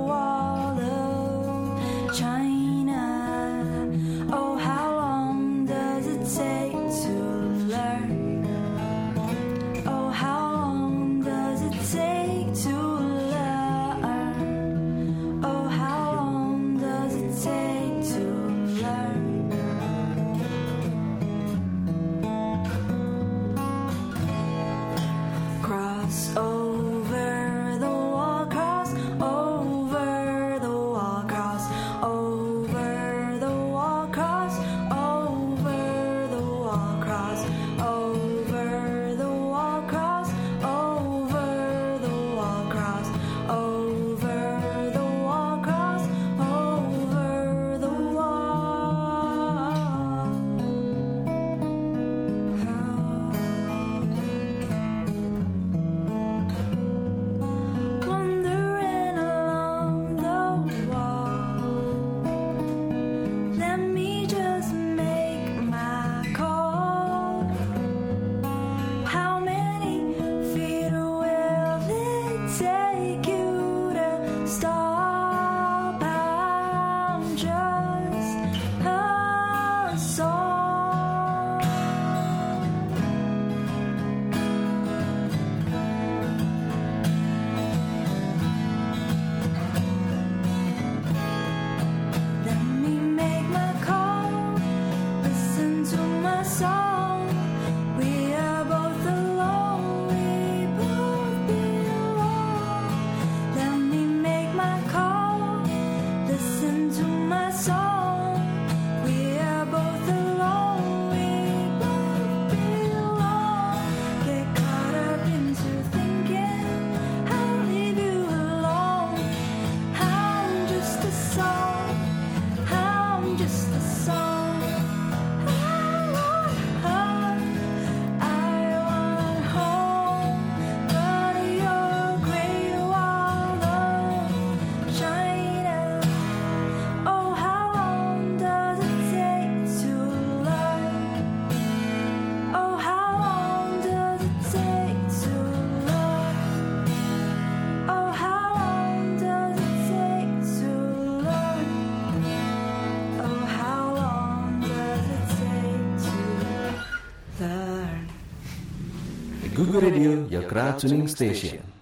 [SPEAKER 1] Oh, cross over the wall, cross over the wall, cross over the wall, cross over the wall, cross over the wall, cross over the wall, cross over the wall, cross over the wall. Wandering along the wall. Let me just make my call. How many feet will it take you to stop? I'm just a soul. Let me make my call. Listen to my song. We are both alone. We both belong. Let me make my call. Listen to my song. We are both alone. We both belong. Get caught up into thinking. I'll leave you alone. I'm just a song. I'm just a song. Oh, I want home. I want home. But your great wall of China. Oh, how long does it take to love? Oh, how long does it take to love? Oh, how long does it take to learn? Oh, how long does it take to learn?
[SPEAKER 6] Google Radio, your crowd tuning station.